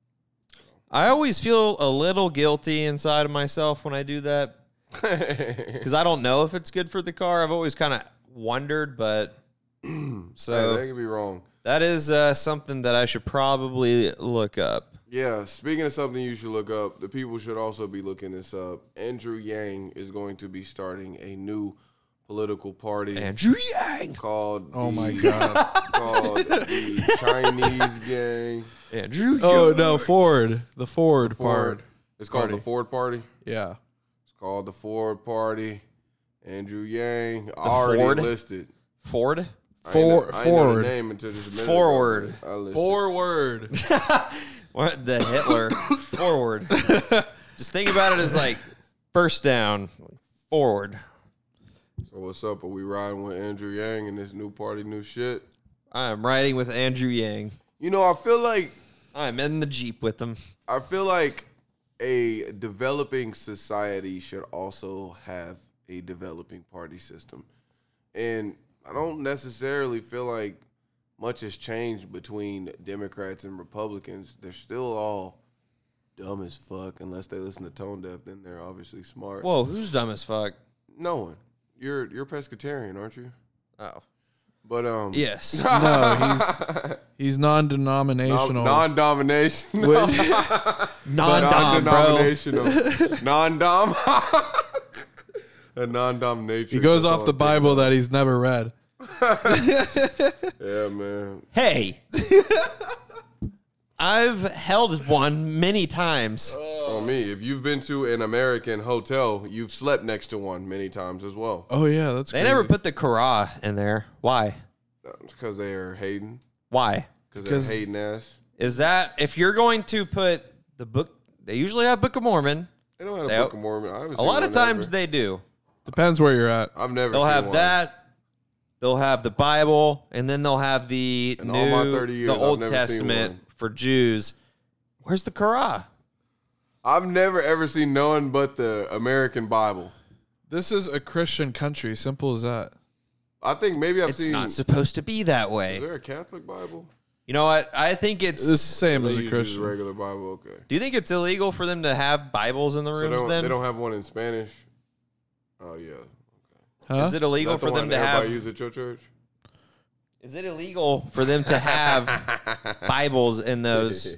Speaker 3: I always feel a little guilty inside of myself when I do that because I don't know if it's good for the car. I've always kind of wondered, but
Speaker 1: So
Speaker 3: so
Speaker 1: they could be wrong.
Speaker 3: that is uh, something that I should probably look up.
Speaker 1: Yeah, speaking of something you should look up, the people should also be looking this up. Andrew Yang is going to be starting a new political party
Speaker 3: Andrew Yang.
Speaker 1: called
Speaker 4: Oh
Speaker 1: the-
Speaker 4: my god.
Speaker 1: called the Chinese Gang.
Speaker 3: Andrew.
Speaker 4: oh no, Ford. The Ford,
Speaker 1: Ford.
Speaker 4: part.
Speaker 1: It's called the
Speaker 4: Party.
Speaker 1: Ford Party.
Speaker 4: Yeah.
Speaker 1: It's called the Ford Party. Andrew Yang already
Speaker 3: Ford?
Speaker 1: listed.
Speaker 3: Ford.
Speaker 4: For,
Speaker 1: I ain't know the
Speaker 4: forward.
Speaker 1: name until just a minute ago,
Speaker 3: Forward.
Speaker 1: but I listed.
Speaker 4: Forward.
Speaker 3: What the Hitler? forward. Just think about it as like first down, forward.
Speaker 1: So what's up? Are we riding with Andrew Yang and this new party, new shit?
Speaker 3: I'm riding with Andrew Yang.
Speaker 1: You know, I feel like
Speaker 3: I'm in the jeep with him.
Speaker 1: I feel like a developing society should also have a developing party system. And I don't necessarily feel like much has changed between Democrats and Republicans. They're still all dumb as fuck unless they listen to tone deaf, then they're obviously smart.
Speaker 3: Whoa, who's dumb as fuck?
Speaker 1: no one. You're you're pescatarian, aren't you?
Speaker 3: Oh,
Speaker 1: But um
Speaker 3: yes.
Speaker 4: No, he's he's non-denominational.
Speaker 1: non domination.
Speaker 4: Which-
Speaker 3: Non-dom, bro.
Speaker 1: non-denominational, non-dom, a non-dom nature.
Speaker 4: he goes
Speaker 1: That's
Speaker 4: off
Speaker 1: all
Speaker 4: the
Speaker 1: I'm
Speaker 4: Bible that he's never read.
Speaker 1: thinking. Yeah, man.
Speaker 3: Hey. I've held one many times.
Speaker 1: On me, if you've been to an American hotel, you've slept next to one many times as well.
Speaker 4: Oh yeah, that's
Speaker 3: They never put the Kara in there. Why?
Speaker 1: It's because they are hating,
Speaker 3: Why?
Speaker 1: because
Speaker 4: Because-
Speaker 1: they're hating ass.
Speaker 3: Is that if you're going to put the book? They usually have Book of Mormon.
Speaker 1: They don't have a
Speaker 3: They-
Speaker 1: Book of Mormon. I haven't
Speaker 3: A
Speaker 1: seen
Speaker 3: lot of
Speaker 1: one
Speaker 3: times
Speaker 1: ever.
Speaker 3: they do.
Speaker 4: depends where you're at.
Speaker 1: I've never.
Speaker 3: They'll
Speaker 1: seen
Speaker 3: have
Speaker 1: one.
Speaker 3: that. They'll have the Bible, and then they'll have the
Speaker 1: In
Speaker 3: new,
Speaker 1: all my 30 years,
Speaker 3: the
Speaker 1: I've
Speaker 3: Old
Speaker 1: never seen
Speaker 3: Testament
Speaker 1: one.
Speaker 3: for Jews. Where's the Korah?
Speaker 1: I've never ever seen no one but the American Bible.
Speaker 4: This is a Christian country. Simple as that.
Speaker 1: I think maybe I've
Speaker 3: It's
Speaker 1: seen.
Speaker 3: not supposed to be that
Speaker 1: is
Speaker 3: way.
Speaker 1: there a Catholic Bible?
Speaker 3: You know what? I think it's.
Speaker 4: This is same
Speaker 1: They
Speaker 4: as a
Speaker 1: use just
Speaker 4: Christian.
Speaker 1: regular Bible. Okay.
Speaker 3: do you think it's illegal for them to have Bibles in the
Speaker 1: So they
Speaker 3: rooms?
Speaker 1: don't,
Speaker 3: then
Speaker 1: they don't have one in Spanish. Oh yeah.
Speaker 4: Huh?
Speaker 3: is it illegal
Speaker 1: Is that
Speaker 3: for
Speaker 1: the one
Speaker 3: them to
Speaker 1: that
Speaker 3: have?
Speaker 1: everybody use at your church?
Speaker 3: Is it illegal for them to have Bibles in those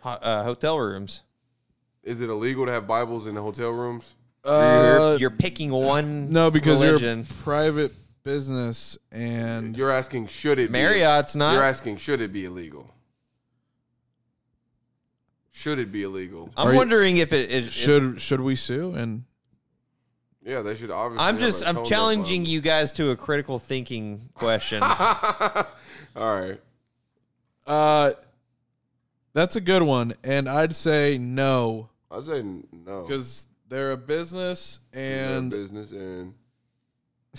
Speaker 3: ho- uh, hotel rooms?
Speaker 1: Is it illegal to have Bibles in the hotel rooms?
Speaker 4: Uh,
Speaker 3: you're, you're picking one.
Speaker 4: no, because
Speaker 3: religion.
Speaker 4: you're a private business and
Speaker 1: You're asking should it
Speaker 3: Marriott's
Speaker 1: be You're
Speaker 3: not.
Speaker 1: asking should it be illegal? Should it be illegal?
Speaker 4: Are
Speaker 3: I'm
Speaker 4: you-
Speaker 3: wondering if it, it should.
Speaker 4: should should we sue and
Speaker 1: Yeah, they should obviously.
Speaker 3: I'm
Speaker 1: have
Speaker 3: just
Speaker 1: a
Speaker 3: I'm
Speaker 1: toned up
Speaker 3: challenging
Speaker 1: Bible.
Speaker 3: you guys to a critical thinking question.
Speaker 1: All right.
Speaker 4: uh That's a good one, and I'd say no
Speaker 1: I say no.
Speaker 4: because they're a business,
Speaker 1: They're
Speaker 4: and
Speaker 1: business and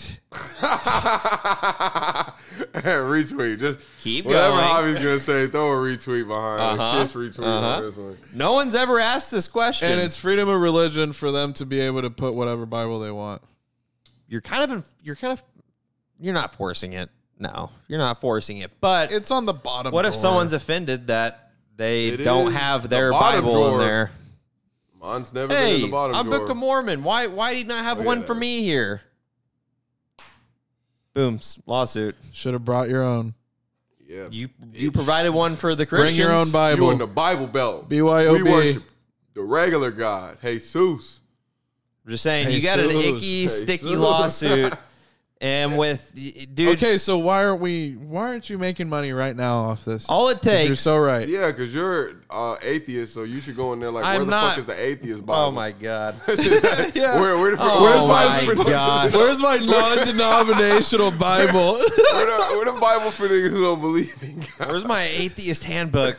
Speaker 1: retweet. Just
Speaker 3: Keep
Speaker 1: whatever
Speaker 3: going.
Speaker 1: Hobby's gonna say. Throw a retweet behind. it.
Speaker 3: Uh-huh,
Speaker 1: Kiss retweet
Speaker 3: uh-huh.
Speaker 1: on this one.
Speaker 3: No one's ever asked this question.
Speaker 4: and it's freedom of religion for them to be able to put whatever Bible they want.
Speaker 3: you're kind of in, you're kind of you're not forcing it. No, you're not forcing it. But
Speaker 4: It's on the bottom.
Speaker 3: what if
Speaker 4: drawer.
Speaker 3: someone's offended that they
Speaker 1: It
Speaker 3: don't
Speaker 1: is
Speaker 3: have
Speaker 1: the
Speaker 3: their
Speaker 1: bottom
Speaker 3: Bible in
Speaker 1: drawer.
Speaker 3: there?
Speaker 1: Mine's never been in
Speaker 3: Hey,
Speaker 1: the bottom
Speaker 3: I'm
Speaker 1: drawer.
Speaker 3: Book of Mormon. Why why did you not have
Speaker 1: Oh,
Speaker 3: one
Speaker 1: yeah, that
Speaker 3: for
Speaker 1: was-
Speaker 3: me here? Boom, s- lawsuit.
Speaker 4: should have brought your own?
Speaker 1: yeah,
Speaker 3: You you provided one for the Christians.
Speaker 4: Bring your own Bible.
Speaker 1: You in the Bible Belt.
Speaker 4: BYOB.
Speaker 1: We worship the regular God, Jesus.
Speaker 3: I'm just saying, you
Speaker 4: Hey,
Speaker 3: got an
Speaker 4: Zeus.
Speaker 3: icky,
Speaker 1: Hey,
Speaker 3: sticky
Speaker 1: Zeus.
Speaker 3: lawsuit, and with y- dude,
Speaker 4: Okay, so why aren't we? Why aren't you making money right now off this?
Speaker 3: all it takes.
Speaker 4: You're so right.
Speaker 1: Yeah, because you're uh, atheist, so you should go in there like,
Speaker 3: I'm
Speaker 1: where the
Speaker 3: not-
Speaker 1: fuck is the atheist Bible?
Speaker 3: oh my god.
Speaker 1: yeah. Where, where the,
Speaker 3: Oh
Speaker 1: where's
Speaker 3: my
Speaker 1: Bible? for-
Speaker 3: gosh.
Speaker 4: Where's my non-denominational Bible?
Speaker 1: Where the, where the Bible for niggas who don't believe in God?
Speaker 3: Where's my atheist handbook?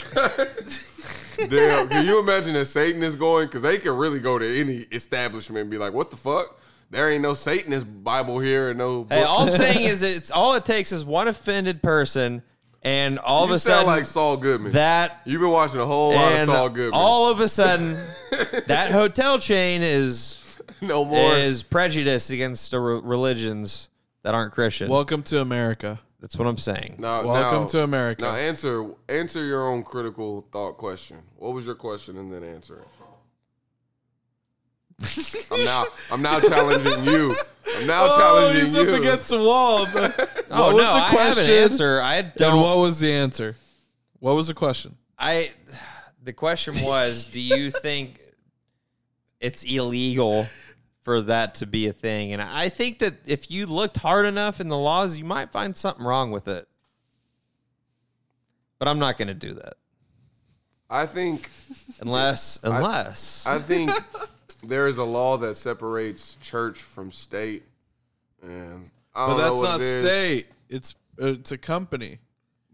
Speaker 1: Damn, can you imagine that Satan is going? Because they can really go to any establishment and be like, what the fuck? There ain't no Satanist Bible here and no.
Speaker 3: Hey,
Speaker 1: book."
Speaker 3: all I'm saying is it's all it takes is one offended person, and all
Speaker 1: you
Speaker 3: of a
Speaker 1: sound
Speaker 3: sudden
Speaker 1: like Saul Goodman.
Speaker 3: that
Speaker 1: You've been watching a whole lot of
Speaker 3: and
Speaker 1: Saul Goodman.
Speaker 3: all of a sudden that hotel chain is
Speaker 1: no more.
Speaker 3: is prejudiced against the re- religions that aren't Christian.
Speaker 4: Welcome to America.
Speaker 3: That's what I'm saying.
Speaker 1: Now-
Speaker 4: Welcome
Speaker 1: now-
Speaker 4: to America.
Speaker 1: Now answer answer your own critical thought question. What was your question, and then answer it. I'm now I'm now challenging you. I'm now
Speaker 4: oh,
Speaker 1: challenging
Speaker 4: he's
Speaker 1: you.
Speaker 4: up against the wall. But
Speaker 3: Oh no,
Speaker 4: what was the
Speaker 3: I have an
Speaker 4: question?
Speaker 3: answer. I
Speaker 4: then
Speaker 3: don't.
Speaker 4: what was the answer? What was the question?
Speaker 3: I the question was, do you think it's illegal for that to be a thing? And I think that if you looked hard enough in the laws, you might find something wrong with it. But I'm not going to do that
Speaker 1: I think
Speaker 3: unless unless
Speaker 1: I think there is a law that separates church from state, and
Speaker 3: Oh,
Speaker 1: I
Speaker 4: But
Speaker 1: don't
Speaker 4: that's
Speaker 1: know what
Speaker 4: not
Speaker 1: it is,
Speaker 4: state. It's it's a company.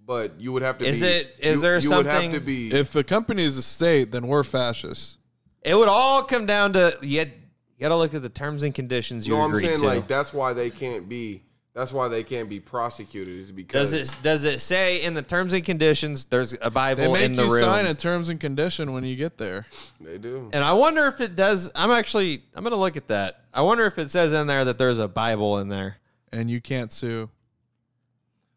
Speaker 1: But you would have to.
Speaker 3: Is
Speaker 1: be,
Speaker 3: it- is
Speaker 1: you,
Speaker 3: there
Speaker 1: you would have to
Speaker 3: something-
Speaker 1: be?
Speaker 4: If a company is a state, then we're fascists.
Speaker 3: it would all come down to you. had- You got to look at the terms and conditions you
Speaker 1: you know what I'm
Speaker 3: agree
Speaker 1: saying?
Speaker 3: to.
Speaker 1: Like that's why they can't be. That's why they can't be prosecuted. Is because
Speaker 3: does it does it say in the terms and conditions there's a Bible
Speaker 4: They make
Speaker 3: in the
Speaker 4: you
Speaker 3: room?
Speaker 4: sign a terms and condition when you get there.
Speaker 1: they do.
Speaker 3: And I wonder if it does. I'm actually, I'm going to look at that. I wonder if it says in there that there's a Bible in there.
Speaker 4: and you can't sue.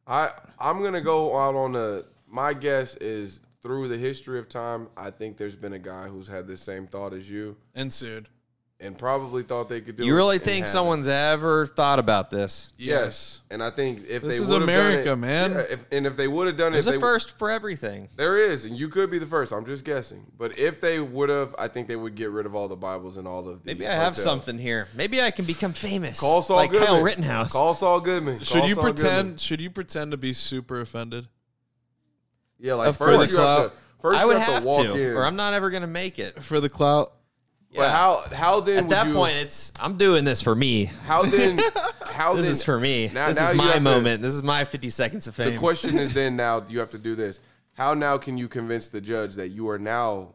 Speaker 1: I I'm gonna go out on a my guess is through the history of time, I think there's been a guy who's had the same thought as you
Speaker 4: And sued.
Speaker 1: and probably thought they could do
Speaker 3: You
Speaker 1: it
Speaker 3: really
Speaker 1: and
Speaker 3: think
Speaker 1: haven't.
Speaker 3: someone's ever thought about this?
Speaker 1: Yes. And I think if
Speaker 4: This
Speaker 1: they
Speaker 4: is
Speaker 1: would've done
Speaker 4: America,
Speaker 1: it-
Speaker 4: man.
Speaker 1: Yeah, if, and if they would have done
Speaker 3: There's
Speaker 1: it, they,
Speaker 3: a first for everything.
Speaker 1: there is, and you could be the first. I'm just guessing. But if they would have, I think they would get rid of all the Bibles and all of the
Speaker 3: Maybe I have
Speaker 1: hotels.
Speaker 3: something here. Maybe I can become famous.
Speaker 1: Call Saul
Speaker 3: like
Speaker 1: Goodman.
Speaker 3: Kyle Rittenhouse.
Speaker 1: Call Saul Goodman. Call
Speaker 4: Should you
Speaker 1: Saul
Speaker 4: pretend?
Speaker 1: Goodman.
Speaker 4: Should you pretend to be super offended?
Speaker 1: Yeah, like
Speaker 3: Of
Speaker 1: first you
Speaker 3: course.
Speaker 1: have to first
Speaker 3: I would
Speaker 1: you have, to walk in.
Speaker 3: or I'm not ever going to make it.
Speaker 4: For the clout,
Speaker 1: But how how then
Speaker 3: At
Speaker 1: would
Speaker 3: that
Speaker 1: you,
Speaker 3: point, it's I'm doing this for me.
Speaker 1: How then? How
Speaker 3: This
Speaker 1: then,
Speaker 3: is for me.
Speaker 1: Now-
Speaker 3: this
Speaker 1: now
Speaker 3: is
Speaker 1: you have
Speaker 3: my
Speaker 1: to-
Speaker 3: moment. this is my 50 seconds of fame.
Speaker 1: the question is then now you have to do this. How now can you convince the judge that you are now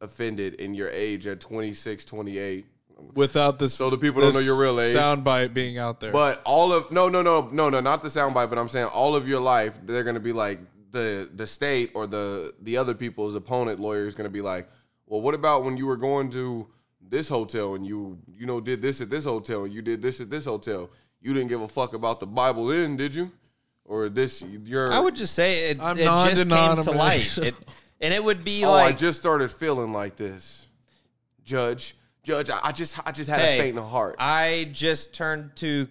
Speaker 1: offended in your age at 26, 28?
Speaker 4: without this.
Speaker 1: So the people don't know your real age.
Speaker 4: Soundbite being out there.
Speaker 1: But all of no, no, no, no, no, not the soundbite. But I'm saying all of your life they're gonna be like the the state or the the other people's opponent lawyer is gonna be like, well, what about when you were going to this hotel and you you know did this at this hotel and you did this at this hotel? You didn't give a fuck about the Bible then, did you? Or this your
Speaker 3: I would just say it,
Speaker 4: I'm
Speaker 3: it just came to light.
Speaker 4: non-denominational.
Speaker 3: It, and it would be
Speaker 1: Oh, I
Speaker 3: like
Speaker 1: just started feeling like this, Judge. Judge, I, I just, I just had
Speaker 3: Hey,
Speaker 1: a faint in the heart. I,
Speaker 3: I just turned to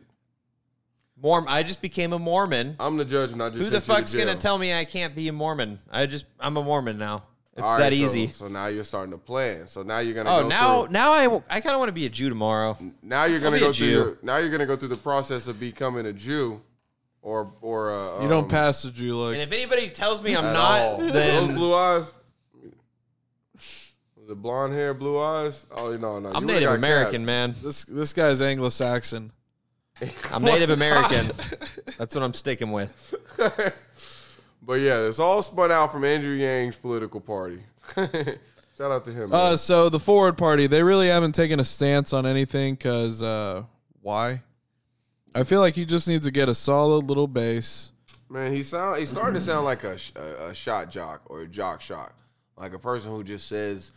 Speaker 3: Mormon. I just became a Mormon.
Speaker 1: am the judge, and I just.
Speaker 3: Who the fuck's gonna tell me I can't be a Mormon? I just I'm a Mormon now. It's
Speaker 1: All right,
Speaker 3: that
Speaker 1: so-
Speaker 3: easy.
Speaker 1: So, now you're starting to plan. So now you're gonna.
Speaker 3: oh,
Speaker 1: go
Speaker 3: now
Speaker 1: through,
Speaker 3: now I I kind of want to be a Jew tomorrow.
Speaker 1: now you're
Speaker 3: I'll
Speaker 1: gonna
Speaker 3: be a
Speaker 1: go through.
Speaker 3: Jew.
Speaker 1: Your, now you're gonna go through the process of becoming a Jew, or or uh,
Speaker 4: you don't
Speaker 1: um,
Speaker 4: pass the Jew
Speaker 3: And
Speaker 4: look.
Speaker 3: if anybody tells me I'm
Speaker 1: at all.
Speaker 3: not,
Speaker 1: those
Speaker 3: then
Speaker 1: blue eyes. The blonde hair, blue eyes. Oh no, no.
Speaker 3: I'm
Speaker 1: you really
Speaker 3: Native
Speaker 1: got
Speaker 3: American,
Speaker 1: caps.
Speaker 3: man.
Speaker 4: This this guy's Anglo-Saxon.
Speaker 3: I'm Native American. That's what I'm sticking with.
Speaker 1: But yeah, it's all spun out from Andrew Yang's political party. Shout out to him. man.
Speaker 4: Uh, so the Forward Party, they really haven't taken a stance on anything because uh, why? I feel like he just needs to get a solid little base.
Speaker 1: Man, he sound he's starting to sound like a, sh- a a shot jock or a jock shock, like a person who just says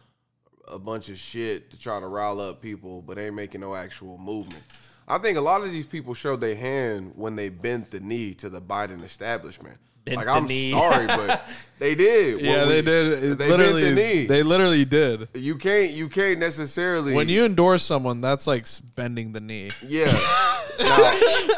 Speaker 1: a bunch of shit to try to rile up people, but ain't making no actual movement. I think a lot of these people showed their hand when they bent the knee to the Biden establishment.
Speaker 3: Bent
Speaker 1: like
Speaker 3: the
Speaker 1: I'm
Speaker 3: knee.
Speaker 1: sorry, but they did.
Speaker 4: yeah,
Speaker 1: When we-
Speaker 4: they did. It
Speaker 1: They
Speaker 4: literally,
Speaker 1: bent the knee.
Speaker 4: they literally did.
Speaker 1: you can't. You can't necessarily.
Speaker 4: When you endorse someone, that's like s- bending the knee.
Speaker 1: yeah. now,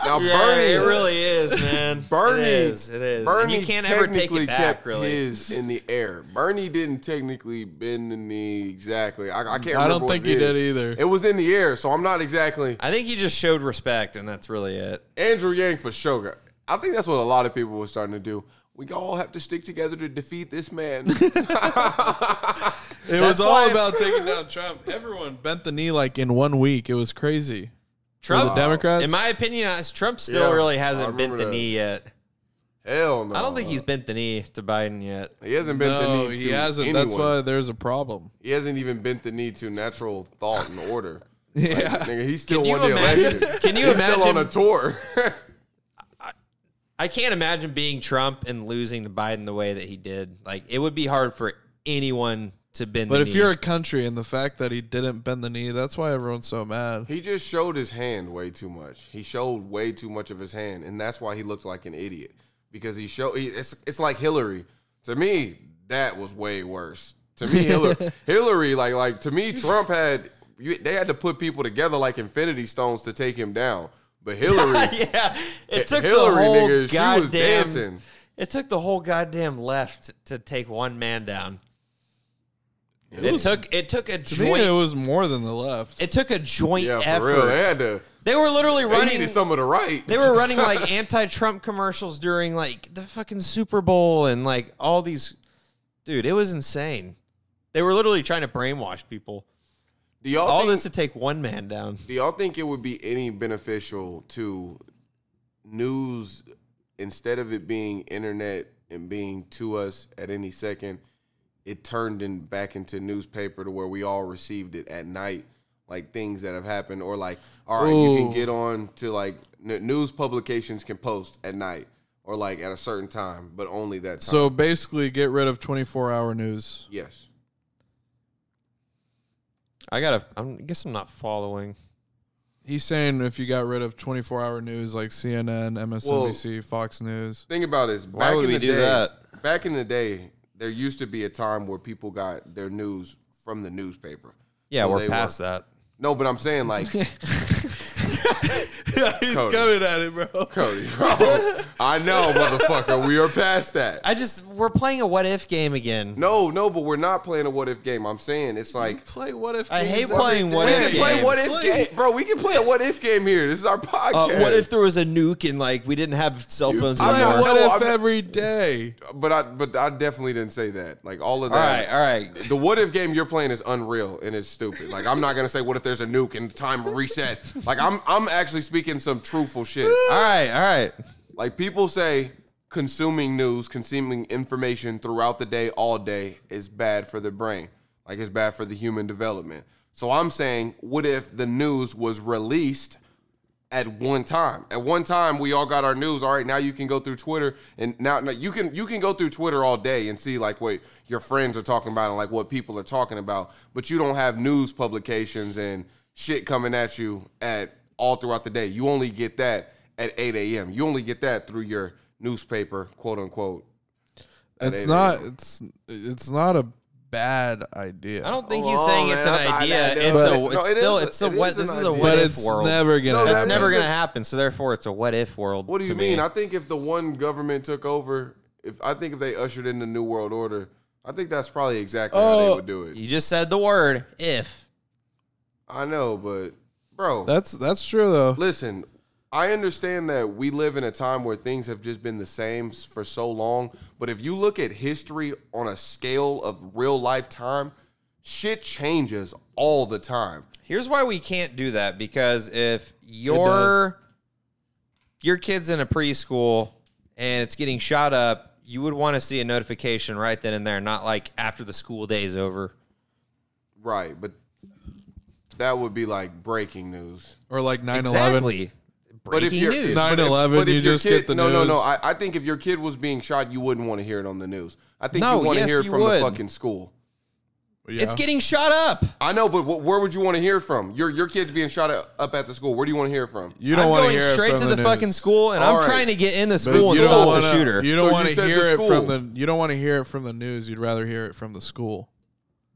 Speaker 1: now Bernie,
Speaker 3: it really is, man.
Speaker 1: Bernie,
Speaker 3: it is. It is.
Speaker 1: Bernie
Speaker 3: and you can't ever take
Speaker 1: technically
Speaker 3: it back,
Speaker 1: kept
Speaker 3: really.
Speaker 1: his in the air. Bernie didn't technically bend the knee exactly. I, I can't.
Speaker 4: I
Speaker 1: remember
Speaker 4: don't
Speaker 1: what
Speaker 4: think
Speaker 1: it
Speaker 4: he did
Speaker 1: is.
Speaker 4: either.
Speaker 1: It was in the air, so I'm not exactly
Speaker 3: I think he just showed respect, and that's really it.
Speaker 1: Andrew Yang for sugar. I think that's what a lot of people were starting to do. We all have to stick together to defeat this man.
Speaker 4: It was all
Speaker 3: why-
Speaker 4: about taking down Trump. Everyone bent the knee like in one week. It was crazy. For
Speaker 3: Trump,
Speaker 4: the Democrats,
Speaker 3: in my opinion, uh, Trump still
Speaker 1: Yeah,
Speaker 3: really
Speaker 1: I
Speaker 3: hasn't
Speaker 1: remember
Speaker 3: bent the
Speaker 1: that. Uh,
Speaker 3: knee yet.
Speaker 1: Hell no.
Speaker 3: I don't think he's bent the knee to Biden yet.
Speaker 1: He hasn't bent
Speaker 4: no,
Speaker 1: the knee.
Speaker 4: he
Speaker 1: to
Speaker 4: hasn't.
Speaker 1: Anyone.
Speaker 4: That's why there's a problem.
Speaker 1: he hasn't even bent the knee to natural thought and order.
Speaker 4: Yeah.
Speaker 1: Nigga, he still
Speaker 3: Can you
Speaker 1: won the
Speaker 3: imagine-
Speaker 1: election.
Speaker 3: can you
Speaker 1: He's still on
Speaker 3: imagine-
Speaker 1: a tour?
Speaker 3: I can't imagine being Trump and losing to Biden the way that he did. Like it would be hard for anyone to bend.
Speaker 4: But
Speaker 3: the
Speaker 4: if
Speaker 3: knee.
Speaker 4: you're a country and the fact that he didn't bend the knee, that's why everyone's so mad.
Speaker 1: He just showed his hand way too much. He showed way too much of his hand, and that's why he looked like an idiot because he showed. He, it's it's like Hillary. To me, that was way worse. To me, Hillary, Hillary, like like to me, Trump had you, they had to put people together like Infinity Stones to take him down. But Hillary,
Speaker 3: yeah, it took
Speaker 1: Hillary,
Speaker 3: the whole
Speaker 1: nigga, she
Speaker 3: goddamn.
Speaker 1: was dancing.
Speaker 3: It took the whole goddamn left to take one man down. It, took it took a
Speaker 4: To me,
Speaker 3: joint.
Speaker 4: it was more than the left.
Speaker 3: it took a joint
Speaker 1: yeah, for
Speaker 3: effort.
Speaker 1: real, they had to.
Speaker 3: They were literally
Speaker 1: They
Speaker 3: running.
Speaker 1: needed some of the right.
Speaker 3: they were running like anti-Trump commercials during like the fucking Super Bowl and like all these. Dude, it was insane. They were literally trying to brainwash people.
Speaker 1: Do y'all
Speaker 3: All
Speaker 1: think-
Speaker 3: this to take one man down.
Speaker 1: Do y'all think it would be any beneficial to news instead of it being internet and being to us at any second, it turned in back into newspaper to where we all received it at night, like things that have happened, or like all right, you can
Speaker 4: Ooh.
Speaker 1: get on to like n- news publications can post at night or like at a certain time, but only that time.
Speaker 4: So basically, get rid of 24 hour news.
Speaker 1: yes,
Speaker 3: I gotta. I'm, I guess I'm not following.
Speaker 4: He's saying if you got rid of 24 hour news like CNN, MSNBC, Fox News,
Speaker 1: Think about this. Back
Speaker 3: would
Speaker 1: in
Speaker 3: we
Speaker 1: the
Speaker 3: do
Speaker 1: day,
Speaker 3: that?
Speaker 1: Back in the day, there used to be a time where people got their news from the newspaper.
Speaker 3: Yeah,
Speaker 1: So
Speaker 3: we're
Speaker 1: they
Speaker 3: past
Speaker 1: were-
Speaker 3: that.
Speaker 1: No, but I'm saying like
Speaker 4: he's
Speaker 1: Cody.
Speaker 4: coming at it, bro.
Speaker 1: Cody, bro. I know, motherfucker. We are past that.
Speaker 3: I just we're playing a what if game again.
Speaker 1: no, no, but we're not playing a what if game. I'm saying it's like
Speaker 4: Play what if?
Speaker 3: I hate
Speaker 4: games
Speaker 3: playing
Speaker 4: every
Speaker 3: what
Speaker 1: we
Speaker 4: day.
Speaker 1: can
Speaker 3: if
Speaker 1: play
Speaker 3: games.
Speaker 1: what if game, bro. We can play a what if game here. This is our
Speaker 3: Uh,
Speaker 1: podcast.
Speaker 3: what if there was a nuke and like we didn't have cell phones
Speaker 1: I'm
Speaker 4: Play
Speaker 3: anymore?
Speaker 1: not-
Speaker 4: what
Speaker 1: No,
Speaker 4: if
Speaker 1: I'm-
Speaker 4: every day?
Speaker 1: But I, but I definitely didn't say that. Like all of
Speaker 3: all
Speaker 1: that.
Speaker 3: right, all right.
Speaker 1: the what if game you're playing is unreal and it's stupid. Like I'm not gonna say what if there's a nuke and time reset. Like I'm I'm actually speaking some truthful shit.
Speaker 3: All right, all right.
Speaker 1: Like people say consuming news, consuming information throughout the day, all day is bad for the brain. Like it's bad for the human development. So I'm saying, what if the news was released at one time? At one time, we all got our news. All right, now you can go through Twitter, and now, now you can you can go through Twitter all day and see like what your friends are talking about and like what people are talking about. But you don't have news publications and shit coming at you at all throughout the day. You only get that at 8 a.m. You only get that through your newspaper, quote unquote. at
Speaker 4: It's
Speaker 1: 8
Speaker 4: not.
Speaker 1: a.m.
Speaker 4: It's it's not a bad idea.
Speaker 3: I don't think
Speaker 1: Hold
Speaker 3: he's saying
Speaker 1: on,
Speaker 3: it's
Speaker 1: Oh, man.
Speaker 3: an
Speaker 1: I thought
Speaker 3: idea.
Speaker 1: that
Speaker 3: It's
Speaker 1: was-
Speaker 3: a.
Speaker 1: No,
Speaker 3: It's
Speaker 1: it is
Speaker 3: still.
Speaker 1: a-
Speaker 3: it's a
Speaker 1: it
Speaker 3: what.
Speaker 1: is an
Speaker 3: This is a
Speaker 1: idea.
Speaker 3: what
Speaker 4: but
Speaker 3: if
Speaker 4: it's
Speaker 3: world.
Speaker 4: never gonna.
Speaker 1: No,
Speaker 4: happen.
Speaker 3: it's
Speaker 1: that-
Speaker 3: never
Speaker 1: that's
Speaker 3: gonna
Speaker 1: a-
Speaker 3: happen. So therefore, it's a what if world.
Speaker 1: What do you
Speaker 3: to
Speaker 1: mean?
Speaker 3: Me.
Speaker 1: I think if the one government took over, if I think if they ushered in the new world order, I think that's probably exactly how they
Speaker 4: Oh.
Speaker 1: would do it.
Speaker 3: you just said the word if.
Speaker 1: I know, but bro,
Speaker 4: That's that's true though.
Speaker 1: listen, I understand that we live in a time where things have just been the same s- for so long, but if you look at history on a scale of real life time, shit changes all the time.
Speaker 3: Here's why we can't do that because if your your kid's in a preschool and it's getting shot up you would want to see a notification right then and there, not like after the school day is over.
Speaker 1: Right, but that would be like breaking news.
Speaker 4: or like 9 11.
Speaker 3: Exactly.
Speaker 1: But if
Speaker 3: Breaking
Speaker 1: you're
Speaker 3: news.
Speaker 1: but if-
Speaker 4: 9/11,
Speaker 1: but if
Speaker 4: you
Speaker 1: your
Speaker 4: just
Speaker 1: kid,
Speaker 4: get the
Speaker 1: no, no, no.
Speaker 4: news.
Speaker 1: I, I think if your kid was being shot, you wouldn't want to hear it on the news. I think
Speaker 3: No,
Speaker 1: you want
Speaker 3: yes,
Speaker 1: to hear it
Speaker 3: you
Speaker 1: from the
Speaker 3: would.
Speaker 1: fucking school.
Speaker 3: It's getting shot up.
Speaker 1: I know, but wh- where would you want to hear it from? Your your kid's being shot at, up at the school. Where do you want to hear it from?
Speaker 4: You don't
Speaker 3: I'm
Speaker 4: want to
Speaker 3: going
Speaker 4: hear it
Speaker 3: straight
Speaker 4: from
Speaker 3: to
Speaker 4: the
Speaker 3: the, fucking
Speaker 4: news.
Speaker 3: school, and
Speaker 1: All
Speaker 3: I'm
Speaker 1: right.
Speaker 3: trying to get in the
Speaker 4: But
Speaker 3: school and
Speaker 4: you
Speaker 3: stop
Speaker 4: don't
Speaker 3: the
Speaker 4: wanna-
Speaker 3: shooter.
Speaker 4: You don't
Speaker 1: So
Speaker 4: want
Speaker 1: you
Speaker 4: to
Speaker 1: said
Speaker 4: hear
Speaker 1: the
Speaker 4: it from
Speaker 1: school.
Speaker 4: the. You don't want to hear it from the news. You'd rather hear it from the school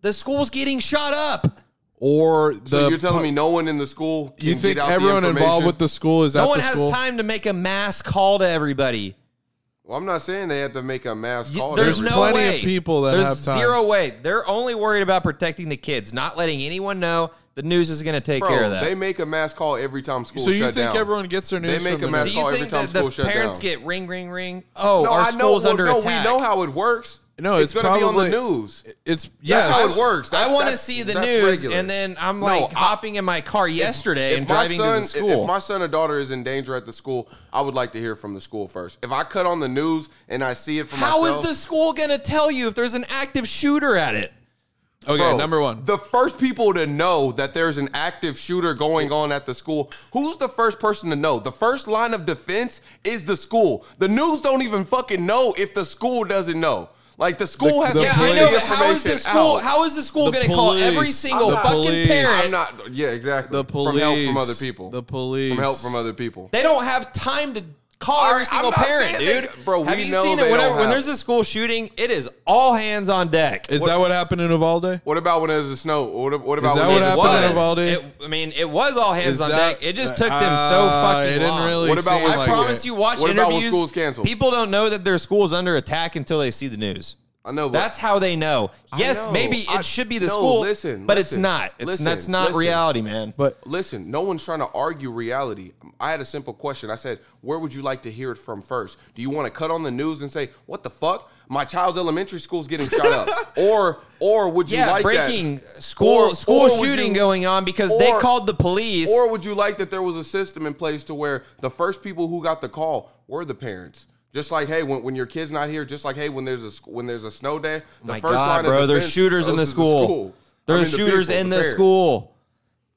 Speaker 3: the school's getting shot up.
Speaker 4: or the.
Speaker 1: So you're telling
Speaker 4: pu-
Speaker 1: me no one in the school? Can
Speaker 4: you think
Speaker 1: get out the
Speaker 4: everyone involved
Speaker 1: information?
Speaker 4: with the school is at
Speaker 3: No one
Speaker 4: the
Speaker 3: has
Speaker 4: school?
Speaker 3: time to make a mass call to everybody.
Speaker 1: Well, I'm not saying they have to make a mass
Speaker 3: Y-
Speaker 1: call. to
Speaker 3: there's
Speaker 1: everybody.
Speaker 3: no
Speaker 4: plenty of
Speaker 3: way.
Speaker 4: people that
Speaker 3: there's
Speaker 4: have time.
Speaker 3: zero way. They're only worried about protecting the kids, not letting anyone know. The news is going to take care
Speaker 1: Bro,
Speaker 3: of that.
Speaker 1: they make a mass call every time school.
Speaker 4: So you
Speaker 1: shut
Speaker 4: think
Speaker 1: down.
Speaker 4: everyone gets their news?
Speaker 1: They make
Speaker 4: from
Speaker 1: a
Speaker 4: the
Speaker 1: mass
Speaker 3: so
Speaker 4: news?
Speaker 1: call
Speaker 3: you
Speaker 1: every
Speaker 3: think
Speaker 1: time
Speaker 3: that the
Speaker 1: school shut
Speaker 3: parents
Speaker 1: down.
Speaker 3: get ring, ring, ring? Oh,
Speaker 1: No,
Speaker 3: our
Speaker 1: I know.
Speaker 3: school's
Speaker 1: well,
Speaker 3: under
Speaker 1: no,
Speaker 3: attack.
Speaker 1: we know how it works.
Speaker 4: No, it's
Speaker 1: gonna be on the
Speaker 4: probably-
Speaker 1: news.
Speaker 4: It's
Speaker 1: That's
Speaker 4: yes.
Speaker 1: how it works. That-
Speaker 3: I want to
Speaker 1: that's-
Speaker 3: see the
Speaker 1: that's
Speaker 3: news,
Speaker 1: regular.
Speaker 3: and then I'm
Speaker 1: No,
Speaker 3: like
Speaker 1: I-
Speaker 3: hopping in my car yesterday
Speaker 1: If
Speaker 3: and
Speaker 1: my
Speaker 3: driving
Speaker 1: son-
Speaker 3: to the
Speaker 1: if-
Speaker 3: school.
Speaker 1: If my son or daughter is in danger at the school, I would like to hear from the school first. If I cut on the news and I see it for
Speaker 3: How is
Speaker 1: myself,
Speaker 3: the school going to tell you if there's an active shooter at it?
Speaker 4: Okay,
Speaker 1: Bro,
Speaker 4: number one.
Speaker 1: The first people to know that there's an active shooter going on at the school, who's the first person to know? The first line of defense is the school. The news don't even fucking know if the school doesn't know. Like the school
Speaker 4: The-
Speaker 1: has
Speaker 4: the
Speaker 1: to
Speaker 3: Yeah, I
Speaker 1: get
Speaker 3: know.
Speaker 1: the
Speaker 3: But how is the
Speaker 1: information
Speaker 3: school?
Speaker 1: out.
Speaker 3: How is the school
Speaker 4: The
Speaker 3: going to call every
Speaker 4: police.
Speaker 3: single
Speaker 1: I'm not-
Speaker 3: fucking
Speaker 4: police.
Speaker 3: parent?
Speaker 1: I'm not. Yeah, exactly.
Speaker 4: the police
Speaker 1: from help from other people.
Speaker 4: The police
Speaker 1: from help from other people.
Speaker 3: They don't have time to call
Speaker 1: All right,
Speaker 3: every single
Speaker 1: I'm not
Speaker 3: parent,
Speaker 1: saying
Speaker 3: dude.
Speaker 1: they- bro,
Speaker 3: have
Speaker 1: we
Speaker 3: you
Speaker 1: know
Speaker 3: seen
Speaker 1: they
Speaker 3: it? Whenever,
Speaker 1: don't
Speaker 3: when
Speaker 1: have-
Speaker 3: there's a school shooting, it is all hands on deck.
Speaker 4: Is that what happened in Uvalde?
Speaker 1: What about when there's a snow? What, what about
Speaker 4: that
Speaker 1: when
Speaker 4: what
Speaker 1: there's a
Speaker 3: it
Speaker 4: happened
Speaker 1: flood?
Speaker 4: in Uvalde?
Speaker 3: was. It, I mean, it was all hands
Speaker 4: Is
Speaker 3: on
Speaker 4: that-
Speaker 3: deck. It just took them so
Speaker 4: Uh,
Speaker 3: fucking
Speaker 4: It didn't
Speaker 3: long.
Speaker 4: really.
Speaker 1: What about-
Speaker 4: seem
Speaker 1: I
Speaker 3: I
Speaker 4: like
Speaker 3: promise
Speaker 4: it.
Speaker 3: you, watch
Speaker 1: What about
Speaker 3: interviews.
Speaker 1: when school's canceled?
Speaker 3: People don't know that their school's under attack until they see the news.
Speaker 1: I know. But
Speaker 3: That's how they know. Yes,
Speaker 1: know.
Speaker 3: maybe it
Speaker 1: I-
Speaker 3: should be the
Speaker 1: no,
Speaker 3: school,
Speaker 1: listen,
Speaker 3: but it's
Speaker 1: listen,
Speaker 3: not. It's
Speaker 1: listen,
Speaker 3: that's not
Speaker 1: listen.
Speaker 3: reality, man.
Speaker 4: But
Speaker 1: Listen, no one's trying to argue reality. I had a simple question. I said, "Where would you like to hear it from first? Do you want to cut on the news and say, "What the fuck? My child's elementary school's getting shot up." Or or would you
Speaker 3: yeah,
Speaker 1: like that-
Speaker 3: breaking school
Speaker 1: Or-
Speaker 3: school
Speaker 1: or would
Speaker 3: shooting
Speaker 1: you-
Speaker 3: going on because they
Speaker 1: or-
Speaker 3: called the police. Oh
Speaker 1: Or would you like that there was a system in place to where the first people who got the call were the parents? Just like hey, when, when your kid's not here, just like hey, when there's a sc- when there's a snow day, the
Speaker 3: my
Speaker 1: first line
Speaker 3: God,
Speaker 1: of
Speaker 3: bro, there's
Speaker 1: defense
Speaker 3: shooters in
Speaker 1: goes
Speaker 3: the
Speaker 1: to
Speaker 3: school.
Speaker 1: I
Speaker 3: There's
Speaker 1: mean,
Speaker 3: shooters
Speaker 1: people,
Speaker 3: in the
Speaker 1: parents.
Speaker 3: school.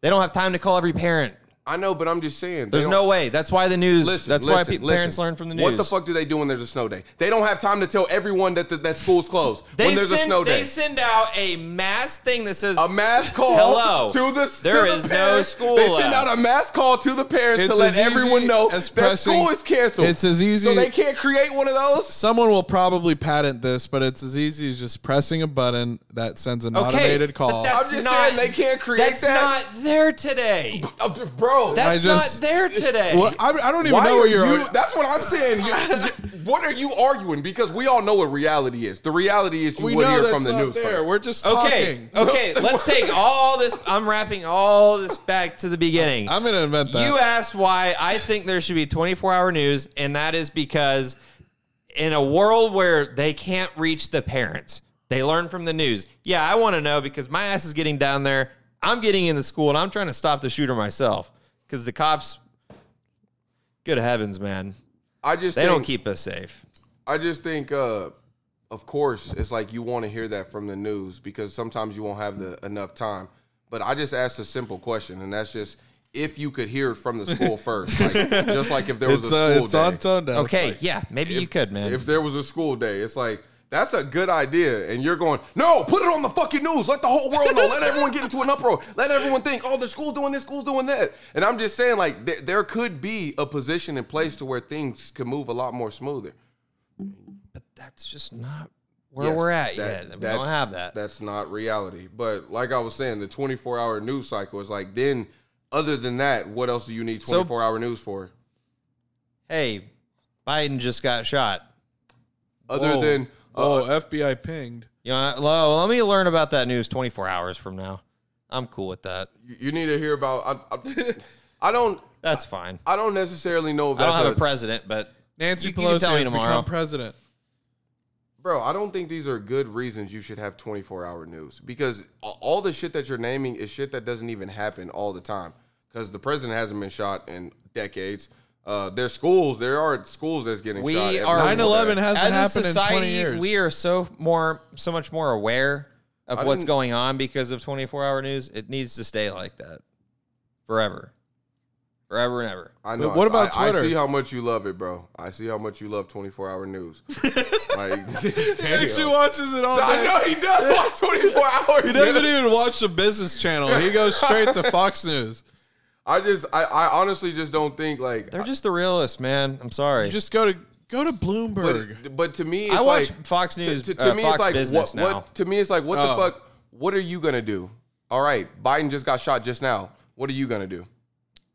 Speaker 3: They don't have time to call every parent.
Speaker 1: I know, but I'm just saying. they
Speaker 3: There's
Speaker 1: don't-
Speaker 3: no way. That's why the news.
Speaker 1: Listen,
Speaker 3: that's why
Speaker 1: listen,
Speaker 3: pe-
Speaker 1: listen.
Speaker 3: parents learn from the news.
Speaker 1: What the fuck do they do when there's a snow day? They don't have time to tell everyone that that, that school's closed
Speaker 3: They
Speaker 1: when there's
Speaker 3: send,
Speaker 1: a snow
Speaker 3: They
Speaker 1: day.
Speaker 3: send out a mass thing that says
Speaker 1: A mass call
Speaker 3: Hello.
Speaker 1: to the to
Speaker 3: There
Speaker 1: the
Speaker 3: is no
Speaker 1: parents.
Speaker 3: school
Speaker 1: They send
Speaker 3: out.
Speaker 1: out a mass call to the parents
Speaker 4: It's
Speaker 1: to let
Speaker 4: as easy
Speaker 1: everyone know
Speaker 4: as
Speaker 1: their
Speaker 4: pressing-
Speaker 1: school is canceled.
Speaker 4: it's as easy-
Speaker 1: So they can't create one of those.
Speaker 4: someone will probably patent this, but it's as easy as just pressing a button that sends an
Speaker 3: okay,
Speaker 4: automated
Speaker 3: but
Speaker 4: call.
Speaker 3: that's
Speaker 1: I'm just
Speaker 3: not-
Speaker 1: saying they can't create
Speaker 3: That's
Speaker 1: that.
Speaker 3: not there today.
Speaker 1: I'm just- bro,
Speaker 3: That's
Speaker 4: just-
Speaker 3: not there today.
Speaker 4: Well, I, I don't even
Speaker 1: why
Speaker 4: know
Speaker 1: are
Speaker 4: where you're.
Speaker 1: you- That's what I'm saying. You- what are you arguing? Because we all know what reality is. The reality is you
Speaker 4: we
Speaker 1: would
Speaker 4: know
Speaker 1: hear
Speaker 4: that's
Speaker 1: from the
Speaker 4: not
Speaker 1: news.
Speaker 4: there.
Speaker 1: first.
Speaker 4: We're just
Speaker 3: Okay,
Speaker 4: talking.
Speaker 3: okay, let's take all this. I'm wrapping all this back to the beginning.
Speaker 4: I'm gonna invent that.
Speaker 3: You asked why I think there should be 24 hour news, and that is because in a world where they can't reach the parents, they learn from the news. Yeah, I want to know because my ass is getting down there. I'm getting in the school and I'm trying to stop the shooter myself because the cops, good heavens, man,
Speaker 1: I just
Speaker 3: they don't
Speaker 1: think-
Speaker 3: keep us safe.
Speaker 1: I just think, uh, of course, it's like you want to hear that from the news because sometimes you won't have the enough time. But I just asked a simple question, and that's just if you could hear it from the school first, like, just like if there was
Speaker 4: it's
Speaker 1: a
Speaker 4: uh,
Speaker 1: school
Speaker 4: it's
Speaker 1: day.
Speaker 4: on tone down.
Speaker 3: Okay, yeah, maybe you could, man.
Speaker 1: if there was a school day, it's like that's a good idea, and you're going no, put it on the fucking news, let the whole world know, let everyone get into an uproar, let everyone think, oh, the school's doing this, school's doing that, and I'm just saying like th- there could be a position in place to where things can move a lot more smoother.
Speaker 3: but that's just not where
Speaker 1: Yes,
Speaker 3: we're
Speaker 1: that-
Speaker 3: at yet. We
Speaker 1: that's-
Speaker 3: don't have that.
Speaker 1: That's not reality. But like I was saying, the 24 hour news cycle is like, then other than that, what else do you need 24 hour news for?
Speaker 3: hey, Biden just got shot.
Speaker 1: Other
Speaker 4: Whoa.
Speaker 1: than,
Speaker 4: Oh,
Speaker 1: uh,
Speaker 4: FBI pinged.
Speaker 3: You know, well, let me learn about that news 24 hours from now. I'm cool with that.
Speaker 1: you you need to hear about, I, I, I don't,
Speaker 3: That's fine.
Speaker 1: I don't necessarily know if
Speaker 3: I
Speaker 1: that's
Speaker 3: don't have a,
Speaker 1: a-
Speaker 3: president, but
Speaker 4: Nancy
Speaker 3: You- you
Speaker 4: Pelosi
Speaker 3: tell me
Speaker 4: has
Speaker 3: tomorrow.
Speaker 4: become president.
Speaker 1: Bro, I don't think these are good reasons you should have 24 hour news because a- all the shit that you're naming is shit that doesn't even happen all the time because the president hasn't been shot in decades. Uh, there's schools. There are schools that's getting
Speaker 3: We
Speaker 1: shot. every
Speaker 3: are-
Speaker 1: single
Speaker 4: 9/11
Speaker 1: day.
Speaker 4: hasn't
Speaker 3: As a
Speaker 4: happened
Speaker 3: society,
Speaker 4: in 20 years.
Speaker 3: we are so more, so much more aware of
Speaker 1: I
Speaker 3: what's
Speaker 1: didn't-
Speaker 3: going on because of 24-hour news. It needs to stay like that forever, forever and ever.
Speaker 1: I know.
Speaker 4: But what
Speaker 1: I-
Speaker 4: about
Speaker 1: I, I
Speaker 4: Twitter?
Speaker 1: see how much you love it, bro. I see how much you love 24 hour news. like, damn.
Speaker 4: watches it all
Speaker 1: I know he does watch 24 hours.
Speaker 4: He doesn't even watch the business channel. He goes straight to Fox News.
Speaker 1: I just, I, I honestly just don't think like.
Speaker 3: They're just the realists, man. I'm sorry.
Speaker 4: Just go to go to Bloomberg.
Speaker 1: But, but to me, it's
Speaker 3: I watch
Speaker 1: like,
Speaker 3: Fox
Speaker 1: to-
Speaker 3: News.
Speaker 1: To,
Speaker 3: uh,
Speaker 1: to me,
Speaker 3: Fox
Speaker 1: it's like
Speaker 3: business
Speaker 1: what,
Speaker 3: now.
Speaker 1: what? To me, it's like what
Speaker 4: Oh.
Speaker 1: the fuck? What are you gonna do? All right, Biden just got shot just now. What are you gonna do?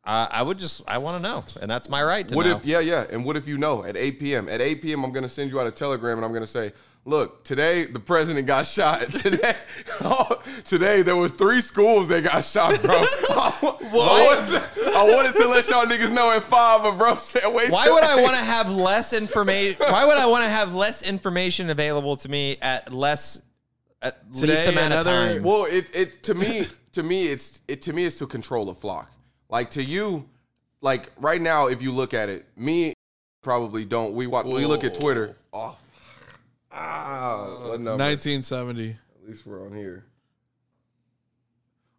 Speaker 3: I, I would just I want to know, and that's my right to
Speaker 1: What
Speaker 3: know.
Speaker 1: if? Yeah, yeah. And what if you know at 8 p.m. At 8 p.m. I'm gonna send you out a telegram and I'm gonna say, look, today the president got shot. Today, oh, today there was three schools that got shot, bro. I, wanted to, I wanted to let y'all niggas know at five, but bro said wait.
Speaker 3: why
Speaker 1: till
Speaker 3: would I
Speaker 1: eight.
Speaker 3: want to have less information? Why would I want to have less information available to me at less at least
Speaker 4: Today,
Speaker 3: amount of
Speaker 4: another-
Speaker 3: time?
Speaker 1: Well, it it to me to me it's it to me it's to control a flock. Like to you, like right now, if you look at it, me probably don't. We watch. We look at Twitter. Oh, fuck. ah, what number?
Speaker 4: 1970.
Speaker 1: At least we're on here.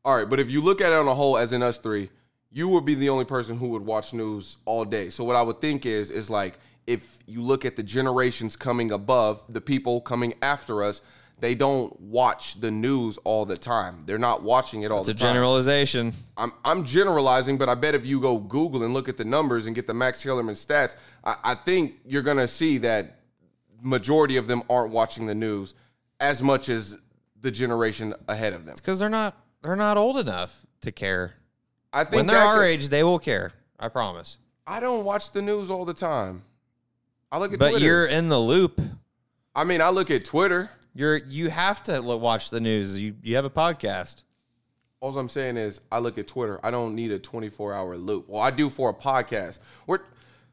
Speaker 1: All right, but if you look at it on a whole, as in us three, you would be the only person who would watch news all day. So what I would think is, is like if you look at the generations coming above, the people coming after us, they don't watch the news all the time. They're not watching it all
Speaker 3: It's a
Speaker 1: the time.
Speaker 3: generalization.
Speaker 1: I'm I'm generalizing, but I bet if you go Google and look at the numbers and get the Max Kellerman stats, I, I think you're gonna see that majority of them aren't watching the news as much as the generation ahead of them.
Speaker 3: because they're not they're not old enough to care.
Speaker 1: I think
Speaker 3: When they're
Speaker 1: that
Speaker 3: our
Speaker 1: could-
Speaker 3: age, they will care. I promise.
Speaker 1: I don't watch the news all the time. I look at
Speaker 3: But
Speaker 1: Twitter.
Speaker 3: you're in the loop.
Speaker 1: I mean, I look at Twitter.
Speaker 3: You're you have to lo- watch the news. You you have a podcast.
Speaker 1: All I'm saying is, I look at Twitter. I don't need a 24 hour loop. Well, I do for a podcast. We're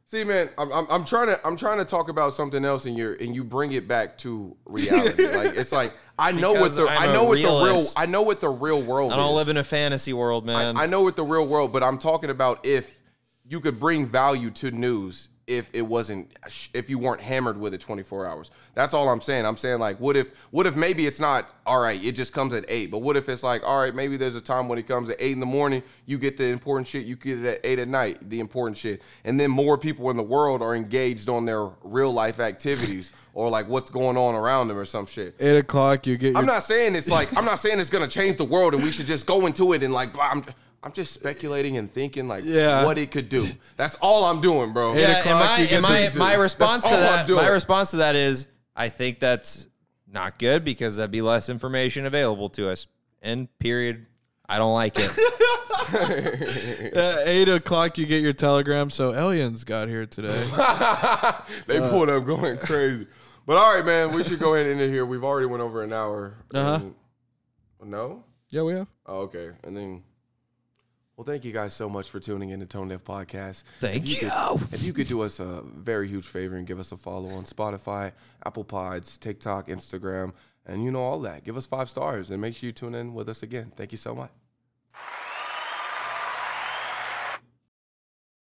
Speaker 1: see, man. I'm, I'm, I'm trying to I'm trying to talk about something else, and you and you bring it back to reality. like it's like I know
Speaker 3: Because
Speaker 1: what the
Speaker 3: I'm
Speaker 1: I
Speaker 3: a
Speaker 1: know what the real
Speaker 3: realist.
Speaker 1: I know what the real world.
Speaker 3: I don't
Speaker 1: is.
Speaker 3: live in a fantasy world, man.
Speaker 1: I know what the real world, but I'm talking about if you could bring value to news if it wasn't if you weren't hammered with it 24 hours. That's all I'm saying. I'm saying like what if what if maybe it's not all right, it just comes at 8, but what if it's like all right, maybe there's a time when it comes at 8 in the morning, you get the important shit, you get it at 8 at night, the important shit. And then more people in the world are engaged on their real life activities or like what's going on around them or some shit.
Speaker 4: Eight o'clock. You get. Your,
Speaker 1: I'm not saying it's like I'm not saying it's gonna change the world and we should just go into it and like blah, I'm I'm just speculating and thinking like
Speaker 4: Yeah.
Speaker 1: what it could do. That's all I'm doing, bro.
Speaker 4: Eight
Speaker 3: Yeah, and
Speaker 4: o'clock,
Speaker 3: my,
Speaker 4: you
Speaker 3: and
Speaker 4: get
Speaker 3: my-
Speaker 4: these
Speaker 3: my
Speaker 1: dudes.
Speaker 3: response to
Speaker 1: That's all I'm
Speaker 3: that, my
Speaker 1: doing.
Speaker 3: response to that is, I think that's not good because that'd be less information available to us. And period. I don't like it.
Speaker 4: At eight o'clock. You get your telegram. So aliens got here today.
Speaker 1: they
Speaker 4: Uh.
Speaker 1: pulled up going crazy. But all right, man, we should go ahead and end it here. We've already went over an hour.
Speaker 4: Uh-huh.
Speaker 1: And- No?
Speaker 4: yeah, we have.
Speaker 1: Oh, okay. And then well, thank you guys so much for tuning in to Tone Deaf Podcast.
Speaker 3: Thank
Speaker 1: If
Speaker 3: you.
Speaker 1: could- if you could do us a very huge favor and give us a follow on Spotify, Apple Pods, TikTok, Instagram, and you know all that. Give us five stars and make sure you tune in with us again. Thank you so much.